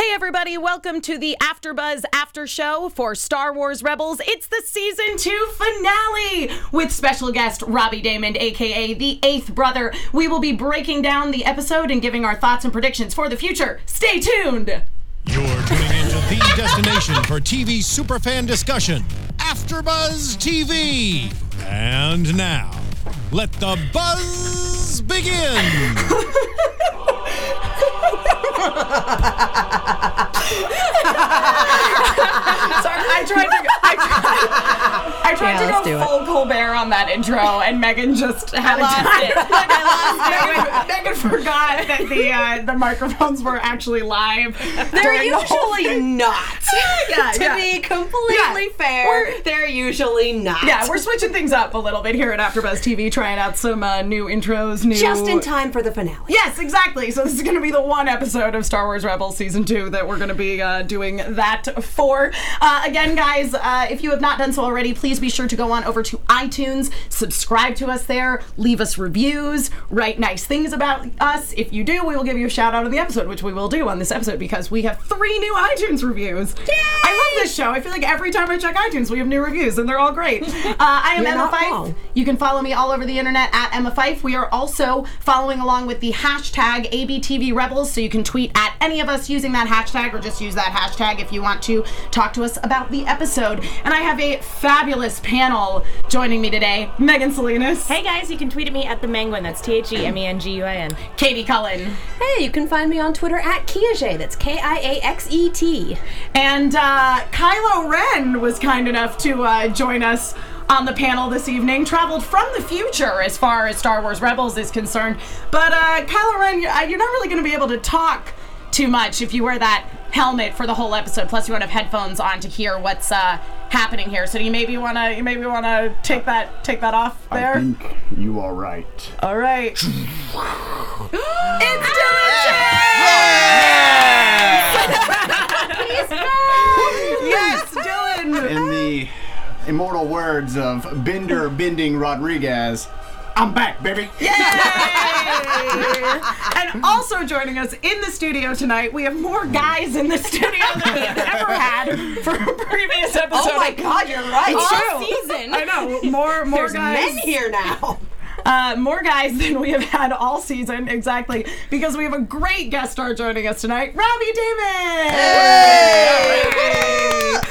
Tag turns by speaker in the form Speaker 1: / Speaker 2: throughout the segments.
Speaker 1: Hey everybody, welcome to the AfterBuzz After Show for Star Wars Rebels. It's the season 2 finale with special guest Robbie Damon aka the 8th brother. We will be breaking down the episode and giving our thoughts and predictions for the future. Stay tuned.
Speaker 2: You're tuning into the destination for TV superfan discussion, AfterBuzz TV. And now, let the buzz begin.
Speaker 1: Sorry, I tried to I tried, I tried
Speaker 3: Yeah, let's
Speaker 1: to
Speaker 3: do
Speaker 1: go
Speaker 3: it.
Speaker 1: full Colbert on that intro and Megan just had a
Speaker 3: lost
Speaker 1: time.
Speaker 3: it.
Speaker 1: Like, I lost it. Megan, forgot that the uh, the microphones were actually live.
Speaker 3: They're
Speaker 1: during the whole
Speaker 3: usually not.
Speaker 1: Yeah,
Speaker 3: to
Speaker 1: yeah.
Speaker 3: be completely
Speaker 1: Yeah.
Speaker 3: fair,
Speaker 1: We're-
Speaker 3: they're usually not.
Speaker 1: Yeah, we're switching things up a little bit here at AfterBuzz TV, trying out some uh, new intros, new
Speaker 3: just in time for the finale.
Speaker 1: Yes, exactly. So this is going to be the one episode of Star Wars Rebels season two that we're going to be uh, doing that for. Uh, again, guys, uh, if you have not done so already, please be sure to go on over to iTunes, subscribe to us there, leave us reviews, write nice things about us. If you do, we will give you a shout out in the episode, which we will do on this episode because we have three new iTunes reviews. I love this show. I feel like every time I check iTunes, we have new reviews and they're all great. Uh, I am
Speaker 3: You're
Speaker 1: Emma
Speaker 3: not
Speaker 1: Fife.
Speaker 3: wrong.
Speaker 1: You can follow me all over the internet at Emma Fife. We are also following along with the hashtag ABTV Rebels, so you can tweet at any of us using that hashtag or just use that hashtag if you want to talk to us about the episode. And I have a fabulous panel joining me today Megan Salinas,
Speaker 4: Hey guys, you can tweet at me at the Menguin. That's T H E M E N G U I N.
Speaker 1: Katie Cullen,
Speaker 3: Hey, you can find me on Twitter at Kiaxet. That's K I A X E T.
Speaker 1: and uh, Kylo Ren was kind enough to uh, join us. On the panel this evening, traveled from the future as far as Star Wars Rebels is concerned. But uh, Kylo Ren, uh, you're not really going to be able to talk too much if you wear that helmet for the whole episode. Plus, you won't have headphones on to hear what's uh, happening here. So, do you maybe want to you maybe want to take that take that off there?
Speaker 5: I think you are right.
Speaker 1: All right. it's Dylan Chase! Yes, Dylan.
Speaker 5: In the immortal words of Bender Bending Rodriguez, I'm back, baby.
Speaker 1: And also joining us in the studio tonight, we have more guys in the studio than we have ever had for a previous episode.
Speaker 3: Oh my God, you're right.
Speaker 1: All
Speaker 3: season.
Speaker 1: I know more more
Speaker 3: There's
Speaker 1: guys
Speaker 3: men here now.
Speaker 1: uh, more guys than we have had all season exactly because we have a great guest star joining us tonight Robbie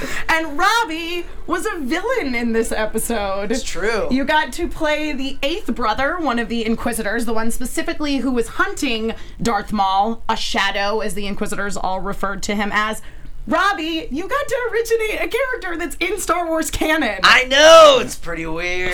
Speaker 1: Damon and Robbie was a villain in this episode it's
Speaker 3: true.
Speaker 1: you got to play the eighth brother one of the inquisitors the one specifically who was hunting Darth Maul a shadow as the inquisitors all referred to him as Robbie, you got to originate a character that's in Star Wars canon.
Speaker 6: I know it's pretty weird.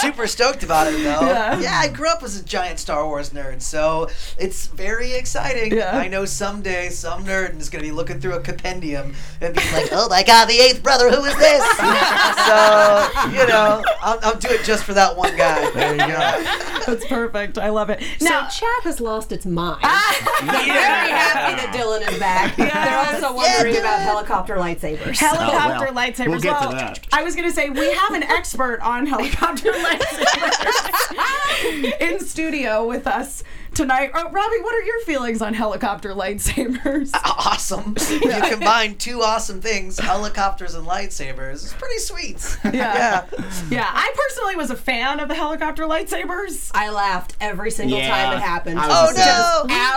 Speaker 6: Super stoked about it though. Yeah. I grew up as a giant Star Wars nerd, so it's very exciting.
Speaker 1: Yeah.
Speaker 6: I know someday some nerd is gonna be looking through a compendium and be like, "Oh my God, the Eighth Brother, who is this?" so you know, I'll, I'll do it just for that one guy. There you go.
Speaker 1: That's perfect. I love it.
Speaker 3: Now, chat has lost its mind. Very happy that Dylan is back. They're also wondering
Speaker 6: Yeah,
Speaker 3: about
Speaker 6: Dylan.
Speaker 3: helicopter lightsabers.
Speaker 1: helicopter
Speaker 5: Oh, well,
Speaker 1: lightsabers.
Speaker 5: we'll get to
Speaker 1: Well,
Speaker 5: that.
Speaker 1: I was gonna say we have an expert on helicopter lightsabers in studio with us tonight. Oh, Robbie, what are your feelings on helicopter lightsabers?
Speaker 6: Awesome. You combine two awesome things, helicopters and lightsabers. It's pretty sweet.
Speaker 1: Yeah.
Speaker 6: yeah.
Speaker 1: yeah, I personally was a fan of the helicopter lightsabers.
Speaker 3: I laughed every single
Speaker 5: Yeah.
Speaker 3: time it happened.
Speaker 5: I
Speaker 6: Oh
Speaker 5: was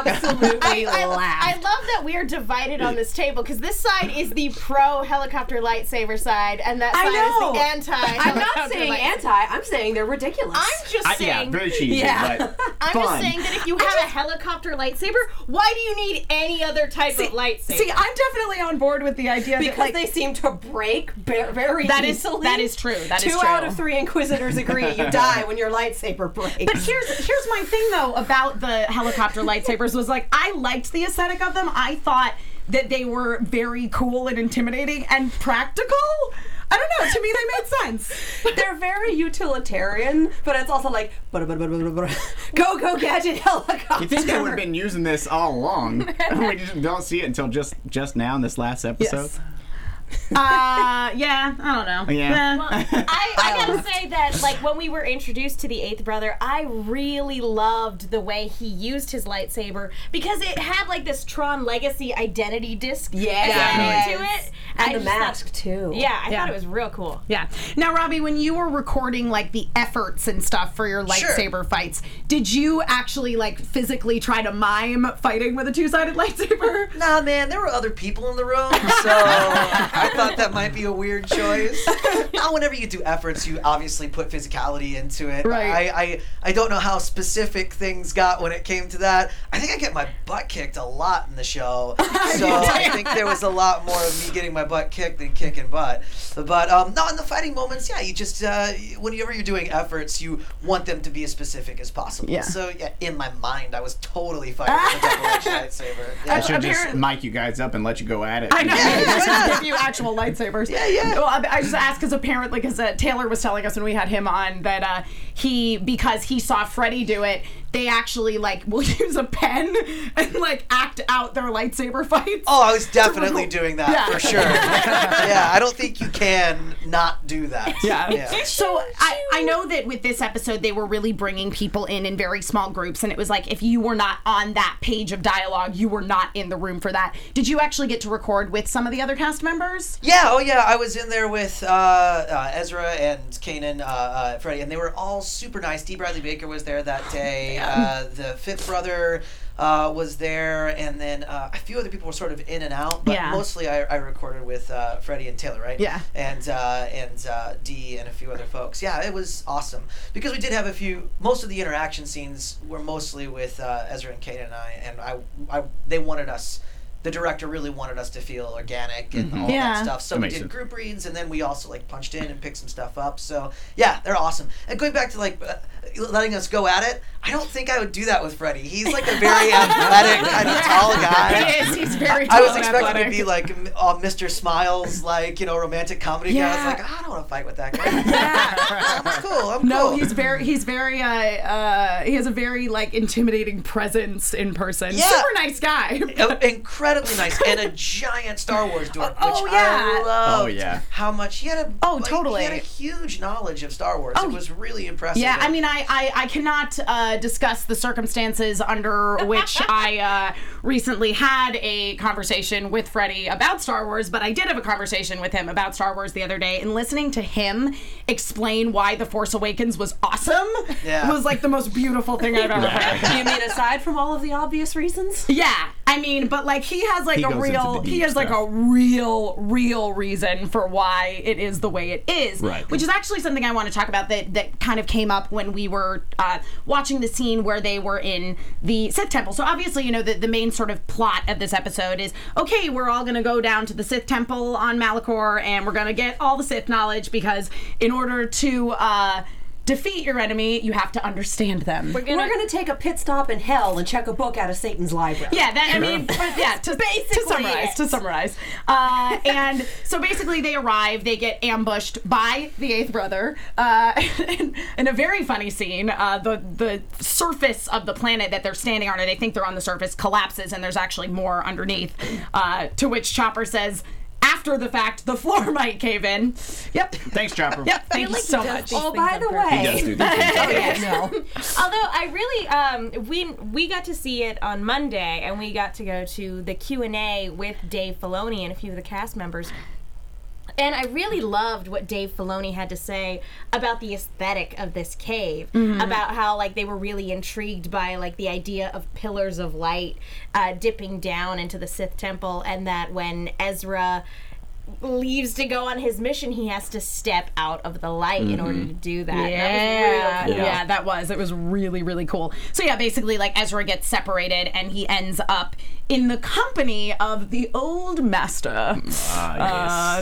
Speaker 6: no.
Speaker 3: Absolutely
Speaker 7: I, I
Speaker 3: laughed.
Speaker 7: love that we are divided on this table because this side is the pro helicopter lightsaber side, and that
Speaker 1: I
Speaker 7: side
Speaker 1: know.
Speaker 7: is the anti.
Speaker 3: I'm not saying anti. I'm saying they're ridiculous.
Speaker 7: I'm just
Speaker 5: I, yeah,
Speaker 7: saying.
Speaker 5: very cheesy,
Speaker 3: Yeah.
Speaker 5: but
Speaker 7: I'm
Speaker 5: fun.
Speaker 7: just saying that if you have a helicopter lightsaber, why do you need any other type of lightsaber?
Speaker 1: See, I'm definitely on board with the idea
Speaker 3: because
Speaker 1: that like
Speaker 3: they seem to break ba- very
Speaker 1: That is-
Speaker 3: easily.
Speaker 1: that is true. That
Speaker 3: Two
Speaker 1: is
Speaker 3: out
Speaker 1: true.
Speaker 3: of three inquisitors agree you die when your lightsaber breaks.
Speaker 1: But here's here's my thing though about the helicopter lightsabers was like I liked the aesthetic of them. I thought that they were very cool and intimidating and practical. I don't know. To me, they made sense.
Speaker 3: they're very utilitarian, but it's also like "Bada, bada, bada, bada, bada." go go gadget helicopter.
Speaker 5: You think they would have been using this all along? we just don't see it until just just now in this last episode.
Speaker 1: Yes. Uh, yeah, I don't know.
Speaker 5: Yeah.
Speaker 1: Eh.
Speaker 4: I, I gotta say that, like, when we were introduced to the Eighth Brother, I really loved the way he used his lightsaber because it had like this Tron Legacy identity disc
Speaker 3: Yes.
Speaker 4: added to it,
Speaker 3: And
Speaker 4: I
Speaker 3: the
Speaker 4: just thought-
Speaker 3: mask too.
Speaker 4: yeah, I
Speaker 1: Yeah.
Speaker 4: thought it was real cool.
Speaker 1: Yeah. Now, Robbie, when you were recording like the efforts and stuff for your lightsaber fights, did you actually like physically try to mime fighting with a two-sided lightsaber?
Speaker 6: Nah, man, there were other people in the room, so I thought that might be a weird choice. Now, whenever you do efforts, you obviously put physicality into it.
Speaker 1: Right.
Speaker 6: I, I, I don't know how specific things got when it came to that. I think I get my butt kicked a lot in the show, so I think there was a lot more of me getting my butt kicked than kicking butt. But um, no, in the fighting moments, yeah, you just uh, whenever you're doing efforts, you want them to be as specific as possible.
Speaker 1: Yeah.
Speaker 6: So yeah, in my mind, I was totally fighting with a double-edged lightsaber.
Speaker 5: I
Speaker 6: Yeah.
Speaker 5: should just
Speaker 1: Apparent-
Speaker 5: mic you guys up and let you go at it.
Speaker 1: I know.
Speaker 6: Yeah,
Speaker 1: just
Speaker 6: yeah.
Speaker 1: give you actual lightsabers.
Speaker 6: Yeah, yeah.
Speaker 1: Well, I, I just asked because apparently, because uh, Taylor was telling us when we had him on that uh, he because he saw Freddy do it, they actually like will use a pen and like act out their lightsaber fights.
Speaker 6: Oh, I was definitely doing that
Speaker 1: Yeah.
Speaker 6: for sure. yeah, I don't think you can not do that.
Speaker 1: Yeah.
Speaker 6: yeah.
Speaker 1: So I, I know that with this episode, they were really bringing people in in very small groups, and it was like if you were not on that page of dialogue, you were not in the room for that. Did you actually get to record with some of the other cast members?
Speaker 6: Yeah, oh yeah, I was in there with uh, uh, Ezra and Kanan, uh, uh, Freddie, and they were all super nice. D. Bradley Baker was there that day. uh, the fifth brother uh, was there, and then uh, a few other people were sort of in and out, but
Speaker 1: Yeah.
Speaker 6: mostly I, I recorded with uh, Freddie and Taylor, right?
Speaker 1: Yeah.
Speaker 6: And uh, and uh, D and a few other folks. Yeah, it was awesome because we did have a few. Most of the interaction scenes were mostly with uh, Ezra and Kanan and I, and I, I they wanted us. The director really wanted us to feel organic and all
Speaker 1: Yeah.
Speaker 6: that stuff. So
Speaker 5: That
Speaker 6: we
Speaker 5: makes
Speaker 6: did
Speaker 5: sense.
Speaker 6: group reads, and then we also like punched in and picked some stuff up. So yeah, they're awesome. And going back to like uh, letting us go at it, I don't think I would do that with Freddie. He's like a very athletic, kind of tall guy.
Speaker 1: He is. He's very
Speaker 6: I
Speaker 1: tall
Speaker 6: was
Speaker 1: and
Speaker 6: expecting
Speaker 1: athletic.
Speaker 6: to be like m- uh, Mr. Smiles, like you know, romantic comedy guy. I
Speaker 1: Yeah.
Speaker 6: was like, I don't want to fight with that guy. Yeah, that's cool. I'm
Speaker 1: No,
Speaker 6: cool.
Speaker 1: he's very he's very uh, uh he has a very like intimidating presence in person.
Speaker 6: Yeah.
Speaker 1: Super nice guy.
Speaker 6: Uh, incredibly nice and a giant Star Wars dork, which
Speaker 1: Oh, yeah.
Speaker 6: I loved.
Speaker 5: Oh, yeah.
Speaker 6: How much he had a
Speaker 1: Oh,
Speaker 6: like,
Speaker 1: totally. Oh,
Speaker 6: He had a huge knowledge of Star Wars. it was really impressive.
Speaker 1: Yeah, I
Speaker 6: And-
Speaker 1: mean, I I, I cannot uh, discuss the circumstances under which I uh, recently had a conversation with Freddie about Star Wars, but I did have a conversation with him about Star Wars the other day, and listening to him explain why The Force Awakens was awesome
Speaker 6: Yeah.
Speaker 1: was like the most beautiful thing I've ever heard.
Speaker 3: You mean aside from all of the obvious reasons?
Speaker 1: Yeah, I mean, but like he has like
Speaker 5: He
Speaker 1: a
Speaker 5: goes into
Speaker 1: real,
Speaker 5: the
Speaker 1: he
Speaker 5: deep
Speaker 1: has like a
Speaker 5: stuff.
Speaker 1: real, real reason for why it is the way it is.
Speaker 5: Right.
Speaker 1: Which is actually something I want to talk about that that kind of came up when we were uh, watching the scene where they were in the Sith Temple. So obviously, you know, the, the main sort of plot of this episode is okay, we're all gonna go down to the Sith Temple on Malachor, and we're gonna get all the Sith knowledge because in order to uh, defeat your enemy, you have to understand them.
Speaker 3: We're gonna take a pit stop in hell and check a book out of Satan's library.
Speaker 1: Yeah, that I mean, but yeah. To, to summarize,
Speaker 4: it.
Speaker 1: to summarize, uh, and so basically they arrive, they get ambushed by the Eighth Brother uh, in, a very funny scene. Uh, the the surface of the planet that they're standing on, or they think they're on the surface, collapses, and there's actually more underneath. Uh, to which Chopper says. After the fact, the floor might cave in. Yep.
Speaker 5: Thanks, Chopper.
Speaker 1: Yep. Thank you so much.
Speaker 3: Oh, by the way,
Speaker 5: He does do these things.
Speaker 4: Although I really, um, we we got to see it on Monday, and we got to go to the Q and A with Dave Filoni and a few of the cast members. And I really loved what Dave Filoni had to say about the aesthetic of this cave,
Speaker 1: Mm-hmm.
Speaker 4: about how like they were really intrigued by like the idea of pillars of light uh, dipping down into the Sith temple, and that when Ezra leaves to go on his mission, he has to step out of the light in order to do that. And that
Speaker 1: Mm-hmm.
Speaker 4: was really
Speaker 1: Yeah, yeah, that was. It was really, really cool. So yeah, basically, like Ezra gets separated and he ends up in the company of the old master.
Speaker 5: Ah,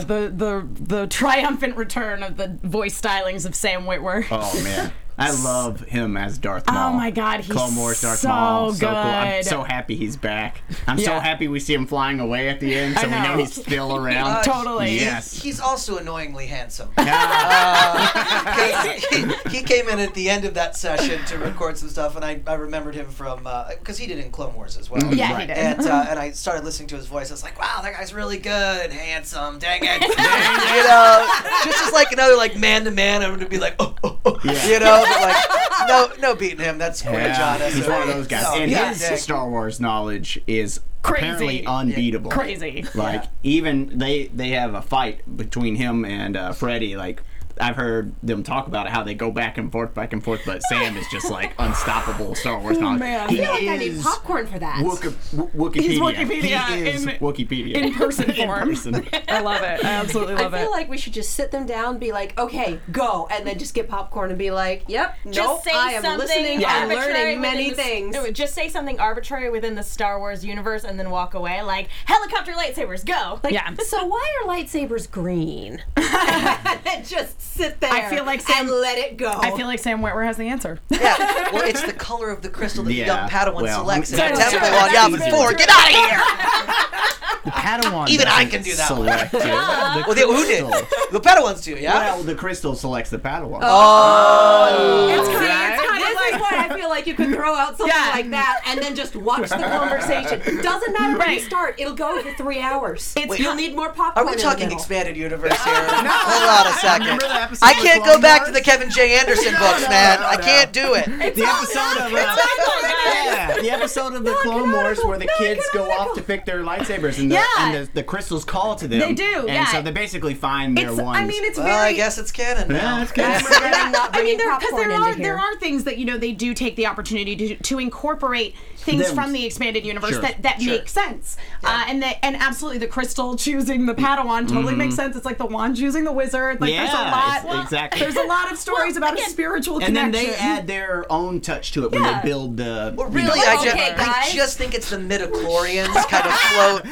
Speaker 1: Uh, the the the triumphant return of the voice stylings of Sam Witwer.
Speaker 5: yes. Oh man. I love him as Darth
Speaker 1: Oh
Speaker 5: Maul.
Speaker 1: my God, he's
Speaker 5: Clone Wars Darth
Speaker 1: so
Speaker 5: Maul. So cool. I'm
Speaker 1: good.
Speaker 5: so happy he's back. I'm
Speaker 1: Yeah.
Speaker 5: so happy we see him flying away at the end,
Speaker 1: I
Speaker 5: so we
Speaker 1: know.
Speaker 5: know he's still around.
Speaker 6: Uh,
Speaker 1: Totally.
Speaker 5: Yes.
Speaker 6: He's also annoyingly handsome.
Speaker 5: Ah,
Speaker 6: he, he came in at the end of that session to record some stuff, and I, I remembered him from because he did in Clone Wars as well.
Speaker 1: Yeah, he
Speaker 5: Right.
Speaker 1: did.
Speaker 6: And, uh, and I started listening to his voice. I was like, wow, that guy's really good and handsome. Dang it. you know, just as like another like man to man, I'm going to be like, oh, oh, oh.
Speaker 5: Yeah.
Speaker 6: You know, but like, no, no beating him. That's Quinn John.
Speaker 5: yeah.
Speaker 6: That's
Speaker 5: He's
Speaker 6: a-
Speaker 5: one of those guys.
Speaker 6: no,
Speaker 5: and
Speaker 6: yeah,
Speaker 5: his
Speaker 6: dang.
Speaker 5: Star Wars knowledge is apparently
Speaker 1: Crazy.
Speaker 5: unbeatable.
Speaker 1: Crazy.
Speaker 5: Like even they they have a fight between him and uh, Freddy. Like I've heard them talk about it, how they go back and forth, back and forth. But Sam is just like unstoppable Star Wars knowledge.
Speaker 1: Oh, man.
Speaker 5: He
Speaker 3: I feel like I need
Speaker 5: is
Speaker 3: popcorn for that.
Speaker 5: Wiki- w- Wikipedia.
Speaker 1: He's Wikipedia
Speaker 5: He is
Speaker 1: in-
Speaker 5: Wikipedia
Speaker 1: in person form.
Speaker 5: person.
Speaker 1: I love it. I absolutely
Speaker 3: I
Speaker 1: love
Speaker 3: feel
Speaker 1: it.
Speaker 3: like we should just sit them down, be like, "Okay, go," and then just get popcorn and be like, "Yep,
Speaker 4: Just
Speaker 3: nope,
Speaker 4: say
Speaker 3: I am
Speaker 4: something
Speaker 3: listening. I'm
Speaker 4: arbitrary
Speaker 3: learning
Speaker 4: within
Speaker 3: many
Speaker 4: the-
Speaker 3: things."
Speaker 4: no, just say something arbitrary within the Star Wars universe and then walk away. Like helicopter lightsabers, go. Like,
Speaker 1: yeah.
Speaker 3: So why are lightsabers green? just sit there.
Speaker 1: I feel like Sam-
Speaker 3: and let it go.
Speaker 1: I feel like Sam Wetwer has the answer.
Speaker 6: Yeah. Well, it's the color of the crystal that
Speaker 5: Yeah,
Speaker 6: the young Padawan
Speaker 5: well,
Speaker 6: selects in the
Speaker 5: that's
Speaker 6: temple
Speaker 5: true.
Speaker 6: on Yavin
Speaker 5: That's
Speaker 6: 4.
Speaker 5: true.
Speaker 6: Get out of here!
Speaker 5: Padawan.
Speaker 6: Even I
Speaker 5: doesn't
Speaker 6: can do that one.
Speaker 5: Select it. The
Speaker 6: Well, Oh, they, who did?
Speaker 5: crystal.
Speaker 6: The Padawans do, yeah? Oh.
Speaker 5: Well, the crystal selects the Padawan.
Speaker 3: See, it's kind of like why I feel like you could throw out something
Speaker 1: Yeah.
Speaker 3: like that and then just watch the conversation. Doesn't matter when you
Speaker 1: Right.
Speaker 3: start; it'll go for three hours.
Speaker 1: It's
Speaker 3: You'll need more
Speaker 6: Are
Speaker 3: popcorn.
Speaker 6: we
Speaker 3: in the
Speaker 6: talking
Speaker 3: middle.
Speaker 6: expanded universe here? Hold on a second.
Speaker 5: Remember the episode
Speaker 6: I
Speaker 5: of
Speaker 6: can't
Speaker 5: Clone
Speaker 6: go back
Speaker 5: Wars?
Speaker 6: to the Kevin J. Anderson books,
Speaker 5: no,
Speaker 6: man.
Speaker 5: no,
Speaker 6: I
Speaker 5: no.
Speaker 6: can't do it.
Speaker 5: the episode of uh, yeah, the episode of the Clone Wars where the kids go off to pick their lightsabers and the,
Speaker 1: Yeah.
Speaker 5: and the, the crystals call to them.
Speaker 1: They do,
Speaker 5: and
Speaker 1: yeah.
Speaker 5: so they basically find their
Speaker 1: It's,
Speaker 5: ones.
Speaker 1: I mean, it's
Speaker 6: Well,
Speaker 1: very.
Speaker 6: I guess it's canon
Speaker 5: yeah,
Speaker 6: now.
Speaker 5: that's good.
Speaker 3: I'm not
Speaker 1: I mean,
Speaker 3: bringing
Speaker 1: there because
Speaker 3: popcorn
Speaker 1: there
Speaker 3: into
Speaker 1: are
Speaker 3: here.
Speaker 1: there are things that you know they do take the opportunity to, to incorporate things
Speaker 5: Them.
Speaker 1: from the expanded universe
Speaker 5: Sure.
Speaker 1: that, that make sense, uh, and they, and absolutely the crystal choosing the Padawan totally
Speaker 5: Mm-hmm.
Speaker 1: makes sense. It's like the wand choosing the wizard. Like there's a
Speaker 5: Yeah,
Speaker 1: lot.
Speaker 5: it's- exactly.
Speaker 1: There's a lot of stories about a spiritual
Speaker 5: and then
Speaker 1: connection.
Speaker 5: they add their own touch to it when they build the.
Speaker 6: Well, really, I, just,
Speaker 4: Okay,
Speaker 6: I
Speaker 4: guys.
Speaker 6: just think it's the midichlorians kind of float,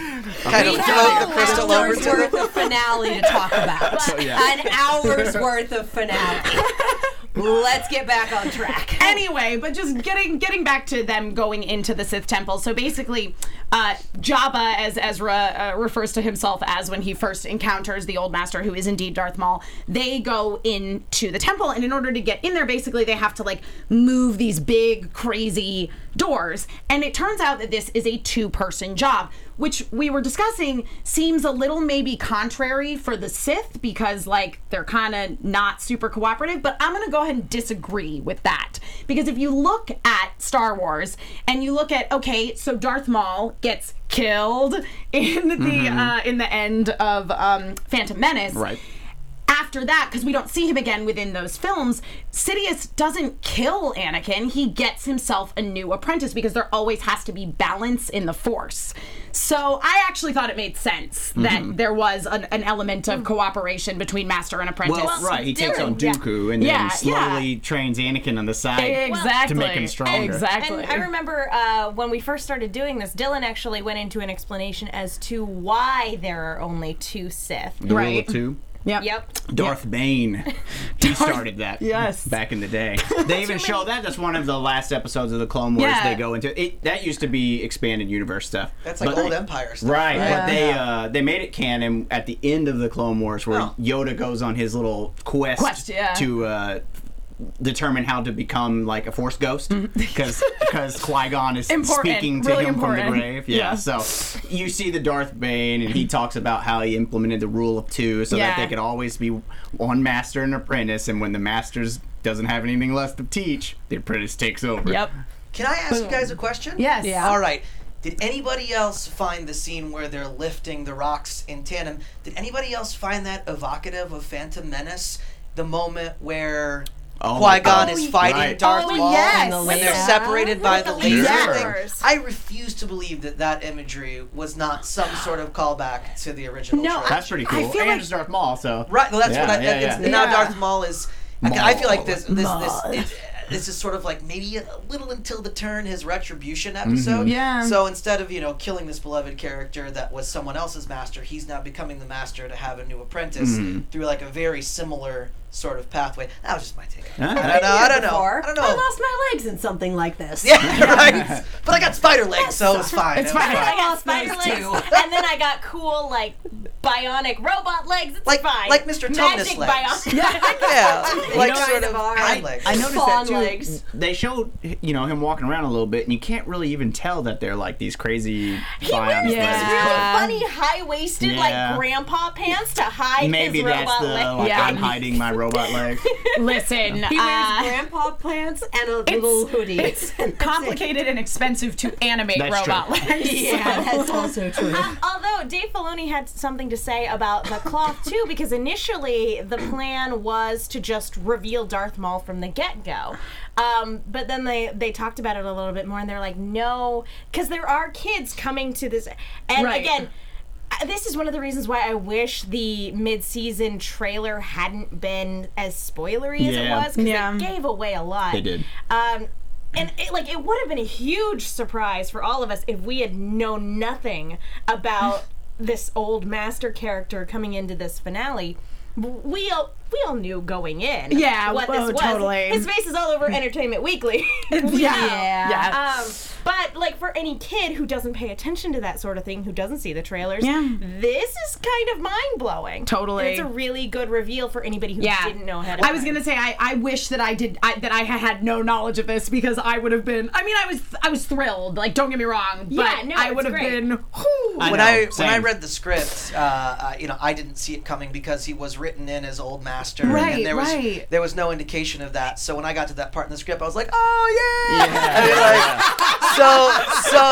Speaker 6: kind of
Speaker 3: We
Speaker 6: float
Speaker 3: have
Speaker 6: the
Speaker 3: an
Speaker 6: crystal over Oh,
Speaker 3: hour's
Speaker 6: to
Speaker 3: worth
Speaker 6: them.
Speaker 3: of finale to talk about.
Speaker 5: yeah.
Speaker 3: An hour's worth of finale. Let's get back on track.
Speaker 1: anyway, but just getting getting back to them going into the Sith temple. So basically, uh, Jabba, as Ezra uh, refers to himself as when he first encounters the old master, who is indeed Darth Maul, they go into the temple, and in order to get in there, basically they have to like move these big crazy doors. And it turns out that this is a two person job, which we were discussing seems a little maybe contrary for the Sith because like they're kind of not super cooperative. But I'm gonna go ahead and disagree with that because if you look at Star Wars and you look at okay, so Darth Maul gets killed in the uh, in the end of um, Phantom Menace,
Speaker 5: Right.
Speaker 1: After that, because we don't see him again within those films, Sidious doesn't kill Anakin. He gets himself a new apprentice because there always has to be balance in the Force. So I actually thought it made sense
Speaker 5: Mm-hmm.
Speaker 1: that there was an, an element of cooperation between master and apprentice.
Speaker 5: Well, right. He takes on
Speaker 4: yeah.
Speaker 5: Dooku and
Speaker 1: Yeah,
Speaker 5: then slowly trains Anakin on the side
Speaker 1: Exactly.
Speaker 5: to make him stronger.
Speaker 1: Exactly.
Speaker 4: And I remember uh, when we first started doing this, Dylan actually went into an explanation as to why there are only two Sith.
Speaker 5: The rule of
Speaker 1: Right.
Speaker 5: two.
Speaker 1: Yep.
Speaker 4: Yep.
Speaker 5: Darth Bane. He started that.
Speaker 1: yes.
Speaker 5: Back in the day. They even show that. That's one of the last episodes of the Clone Wars
Speaker 1: Yeah.
Speaker 5: they go into. It that used to be expanded universe stuff.
Speaker 6: That's like
Speaker 5: But-
Speaker 6: old Empire stuff.
Speaker 5: Right, but they uh, they made it canon at the end of the Clone Wars where
Speaker 6: Oh.
Speaker 5: Yoda goes on his little quest,
Speaker 1: Quest, yeah.
Speaker 5: to uh, determine how to become like a Force ghost because because Qui Gon is
Speaker 1: Mm-hmm. Important,
Speaker 5: speaking to
Speaker 1: really
Speaker 5: him from
Speaker 1: important.
Speaker 5: the grave. Yeah,
Speaker 1: Yeah.
Speaker 5: so you see the Darth Bane and he talks about how he implemented the rule of two so that
Speaker 1: Yeah.
Speaker 5: they could always be one master and apprentice, and when the master's doesn't have anything left to teach, the apprentice takes over.
Speaker 1: Yep.
Speaker 6: Can I ask you guys a question?
Speaker 1: Yes. Yeah.
Speaker 6: All right. Did anybody else find the scene where they're lifting the rocks in tandem? Did anybody else find that evocative of Phantom Menace? The moment where
Speaker 5: Oh my
Speaker 6: Qui Gon
Speaker 5: God.
Speaker 6: is fighting
Speaker 5: Right.
Speaker 6: Darth
Speaker 1: Oh,
Speaker 6: Maul
Speaker 1: yes.
Speaker 6: and
Speaker 1: And
Speaker 3: the
Speaker 6: they're
Speaker 3: laser.
Speaker 6: separated by the laser.
Speaker 5: laser.
Speaker 6: thing. I refuse to believe that that imagery was not some sort of callback to the original.
Speaker 1: No,
Speaker 6: trilogy.
Speaker 5: That's pretty cool.
Speaker 1: feel
Speaker 5: and
Speaker 1: like-
Speaker 5: it's Darth Maul, so
Speaker 6: Right. Well, that's
Speaker 5: Yeah,
Speaker 6: what I.
Speaker 5: yeah,
Speaker 6: it's,
Speaker 5: yeah.
Speaker 6: Now
Speaker 1: Yeah.
Speaker 6: Darth Maul is. I I feel like
Speaker 5: Maul.
Speaker 6: this. This. This. It, this is sort of like maybe a little until the turn his retribution
Speaker 5: Mm-hmm.
Speaker 6: episode.
Speaker 1: Yeah.
Speaker 6: So instead of you know killing this beloved character that was someone else's master, he's now becoming the master to have a new apprentice
Speaker 5: Mm-hmm.
Speaker 6: through like a very similar sort of pathway. That was just my take. on
Speaker 5: Huh?
Speaker 6: it. I don't know. I don't know.
Speaker 3: Before,
Speaker 6: I don't know.
Speaker 3: lost my legs in something like this.
Speaker 6: yeah, right. But I got spider legs, so it's fine.
Speaker 1: It's
Speaker 6: It was
Speaker 1: fine.
Speaker 4: I got
Speaker 3: lost
Speaker 4: spider
Speaker 3: those
Speaker 4: legs,
Speaker 3: too.
Speaker 4: and then I got cool like bionic robot legs. It's
Speaker 6: Like-
Speaker 4: fine.
Speaker 6: like Mr. Tumnus
Speaker 4: Magic
Speaker 6: legs.
Speaker 4: bionic.
Speaker 6: Yeah, like
Speaker 5: know,
Speaker 6: sort
Speaker 3: I-
Speaker 6: of
Speaker 3: I-
Speaker 6: hind legs.
Speaker 5: I noticed
Speaker 3: Fawn
Speaker 5: that too.
Speaker 3: legs.
Speaker 5: They showed you know him walking around a little bit, and you can't really even tell that they're like these crazy
Speaker 4: He wears
Speaker 5: bionic
Speaker 4: these
Speaker 5: legs.
Speaker 4: really funny high waisted
Speaker 5: Yeah.
Speaker 4: like grandpa pants to hide
Speaker 5: Maybe
Speaker 4: his
Speaker 5: that's
Speaker 4: robot
Speaker 5: the
Speaker 4: legs.
Speaker 5: like
Speaker 1: Yeah.
Speaker 5: I'm hiding my robot leg.
Speaker 1: Listen,
Speaker 3: He wears
Speaker 1: uh,
Speaker 3: grandpa pants and a little hoodie.
Speaker 1: it's complicated and expensive to animate
Speaker 5: That's
Speaker 1: robot
Speaker 5: true.
Speaker 1: legs.
Speaker 3: yeah, that's also true.
Speaker 4: Although Dave Filoni had something to say about the cloth too, because initially the plan was to just reveal Darth Maul from the get go. Um, but then they, they talked about it a little bit more, and they're like, no, because there are kids coming to this. And
Speaker 1: Right.
Speaker 4: again, I- this is one of the reasons why I wish the mid-season trailer hadn't been as spoilery as it
Speaker 5: Yeah.
Speaker 4: was because
Speaker 1: Yeah.
Speaker 4: it gave away a lot.
Speaker 5: They did.
Speaker 4: Um, and it, like it would have been a huge surprise for all of us if we had known nothing about this old master character coming into this finale. W- We all we all knew going in.
Speaker 1: Yeah,
Speaker 4: what
Speaker 1: oh,
Speaker 4: this was.
Speaker 1: totally.
Speaker 4: His face is all over Entertainment Weekly.
Speaker 1: Yeah. Yeah.
Speaker 4: Um, but like for any kid who doesn't pay attention to that sort of thing, who doesn't see the trailers,
Speaker 1: Yeah.
Speaker 4: this is kind of mind blowing.
Speaker 1: Totally.
Speaker 4: it's a really good reveal for anybody who
Speaker 1: Yeah.
Speaker 4: didn't know how to.
Speaker 1: I was gonna say I, I wish that I did I, that I had had no knowledge of this because I would have been I mean I was I was thrilled like don't get me wrong but
Speaker 4: Yeah, no,
Speaker 1: I
Speaker 4: it's
Speaker 1: would have
Speaker 4: great.
Speaker 1: been whew.
Speaker 5: I
Speaker 6: when
Speaker 5: know,
Speaker 6: I when I
Speaker 5: same.
Speaker 6: read the script, uh, uh, you know, I didn't see it coming because he was written in as old master,
Speaker 1: Right,
Speaker 6: and there was
Speaker 1: right.
Speaker 6: there was no indication of that. So when I got to that part in the script, I was like, oh yeah.
Speaker 5: Yeah.
Speaker 6: I mean, like, so so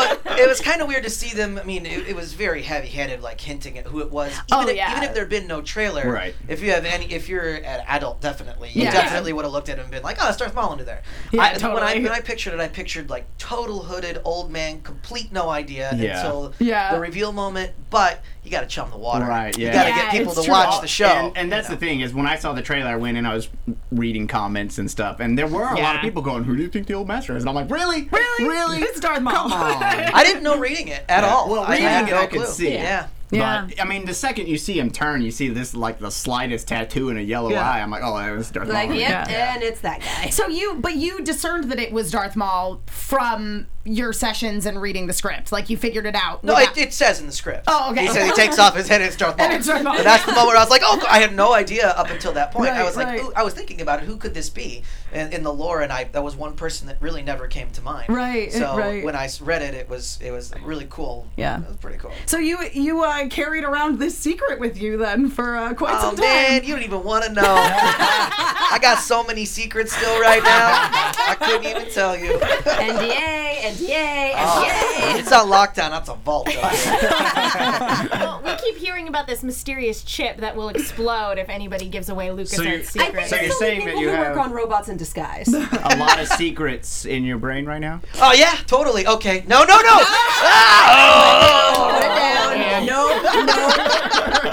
Speaker 6: it was kind of weird to see them. I mean, it, it was very heavy headed, like hinting at who it was. Even
Speaker 1: Oh,
Speaker 6: if,
Speaker 1: yeah.
Speaker 6: Even if there'd been no trailer,
Speaker 5: Right.
Speaker 6: If you have any, if you're an adult, definitely, you
Speaker 1: Yeah.
Speaker 6: definitely would have looked at him and been like, oh, it's Darth Maul under there.
Speaker 1: Yeah,
Speaker 6: I, When I
Speaker 1: totally.
Speaker 6: when I pictured it, I pictured like total hooded old man, complete no idea
Speaker 5: Yeah.
Speaker 6: until
Speaker 1: Yeah.
Speaker 6: the reveal moment, but you got to chum the water.
Speaker 5: Right,
Speaker 6: You
Speaker 5: yeah.
Speaker 6: got to
Speaker 1: Yeah,
Speaker 6: get people
Speaker 1: it's
Speaker 6: to
Speaker 1: true.
Speaker 6: watch the show.
Speaker 5: And, and that's the thing is when I saw the trailer, I went and I was reading comments and stuff, and there were a lot
Speaker 1: Yeah.
Speaker 5: of people going, "Who do you think the old master is?" And I'm like, "Really,
Speaker 1: really
Speaker 5: really?"
Speaker 1: it's Darth Maul
Speaker 5: Come on.
Speaker 6: I didn't know reading it at all.
Speaker 5: Well,
Speaker 6: I had
Speaker 5: reading it,
Speaker 6: no
Speaker 5: I could
Speaker 6: clue.
Speaker 5: see.
Speaker 6: Yeah.
Speaker 1: Yeah.
Speaker 5: But I mean, the second you see him turn, you see this like the slightest tattoo and a yellow
Speaker 1: Yeah.
Speaker 5: eye. I'm like, "Oh, that was Darth
Speaker 3: Like,
Speaker 5: Maul."
Speaker 3: yep, and it's that guy.
Speaker 1: so you but you discerned that it was Darth Maul from your sessions and reading the script like you figured it out
Speaker 6: No,
Speaker 1: without-
Speaker 6: it, it says in the script.
Speaker 1: Oh, okay.
Speaker 6: He says he takes off his head and it's Darth Maul.
Speaker 1: And it's Darth Maul.
Speaker 6: And that's the moment I was like, oh, I had no idea up until that point.
Speaker 1: Right,
Speaker 6: I was like,
Speaker 1: right.
Speaker 6: ooh, I was thinking about it. Who could this be in, in the lore? And I that was one person that really never came to mind.
Speaker 1: Right,
Speaker 6: So
Speaker 1: right.
Speaker 6: when I s- read it, it was it was really cool.
Speaker 1: Yeah.
Speaker 6: It was pretty cool.
Speaker 1: so you you uh, carried around this secret with you then for uh, quite
Speaker 6: Oh
Speaker 1: some
Speaker 6: man,
Speaker 1: time
Speaker 6: you don't even want to know. I got so many secrets still right now. I couldn't even tell you.
Speaker 3: NDA, NDA, NDA.
Speaker 6: Oh, it's on lockdown. That's a vault. Though.
Speaker 4: Well, we keep hearing about this mysterious chip that will explode if anybody gives away Lucas'
Speaker 5: So you-
Speaker 3: I
Speaker 4: secret.
Speaker 3: think
Speaker 5: So
Speaker 3: it's
Speaker 5: you're
Speaker 3: only
Speaker 5: saying that
Speaker 3: people
Speaker 5: you
Speaker 3: who
Speaker 5: have-
Speaker 3: work on robots in disguise.
Speaker 5: a lot of secrets in your brain right now.
Speaker 6: oh yeah, totally. Okay. No, no, no. Ah!
Speaker 3: No,